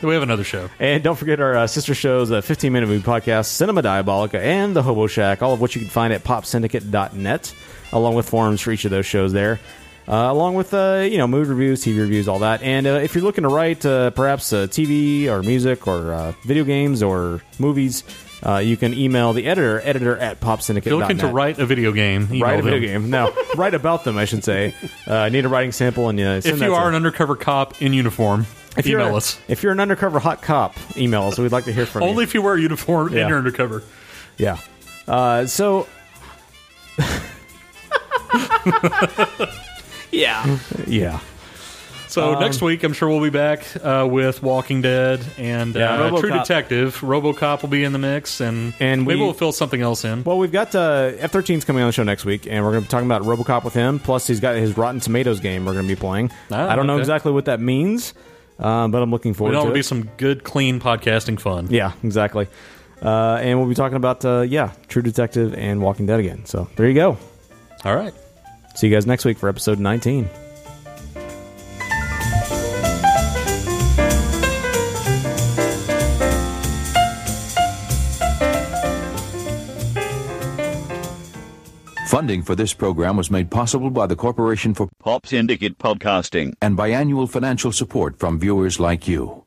we have another show.
And don't forget our uh, sister shows, uh, 15 Minute Movie Podcast, Cinema Diabolica, and The Hobo Shack, all of which you can find at popsyndicate.net, along with forums for each of those shows there, uh, along with, uh, you know, movie reviews, TV reviews, all that. And uh, if you're looking to write uh, perhaps uh, TV or music or uh, video games or movies, uh, you can email the editor, editor at popsyndicate.net.
If you're looking to write a video game, email
Write a video
them.
game. No, write about them, I should say. Uh, I need a writing sample and uh, send
If
that
you
to
are
us.
an undercover cop in uniform,
If you're
email
a-
us.
If you're an undercover hot cop, email us. We'd like to hear from you.
Only if you wear a uniform
Yeah.
and you're undercover.
Yeah. Uh, so
yeah.
yeah.
So
Um,
next week, I'm sure we'll be back uh, with Walking Dead and
Yeah,
uh, True
RoboCop.
Detective. RoboCop will be in the mix, and,
And
maybe
we-
we'll fill something else in.
Well, we've got uh, F13's coming on the show next week, and we're going to be talking about RoboCop with him. Plus, he's got his Rotten Tomatoes game we're going to be playing.
Ah,
I don't know
okay.
exactly what that means, uh, but I'm looking
We
forward
know
to
it'll
it.
be some good, clean podcasting fun.
yeah, exactly. Uh, and we'll be talking about uh, yeah, True Detective and Walking Dead again. So there you go.
All right.
See you guys next week for episode 19.
Funding for this program was made possible by the Corporation for Pop Syndicate Podcasting and biannual financial support from viewers like you.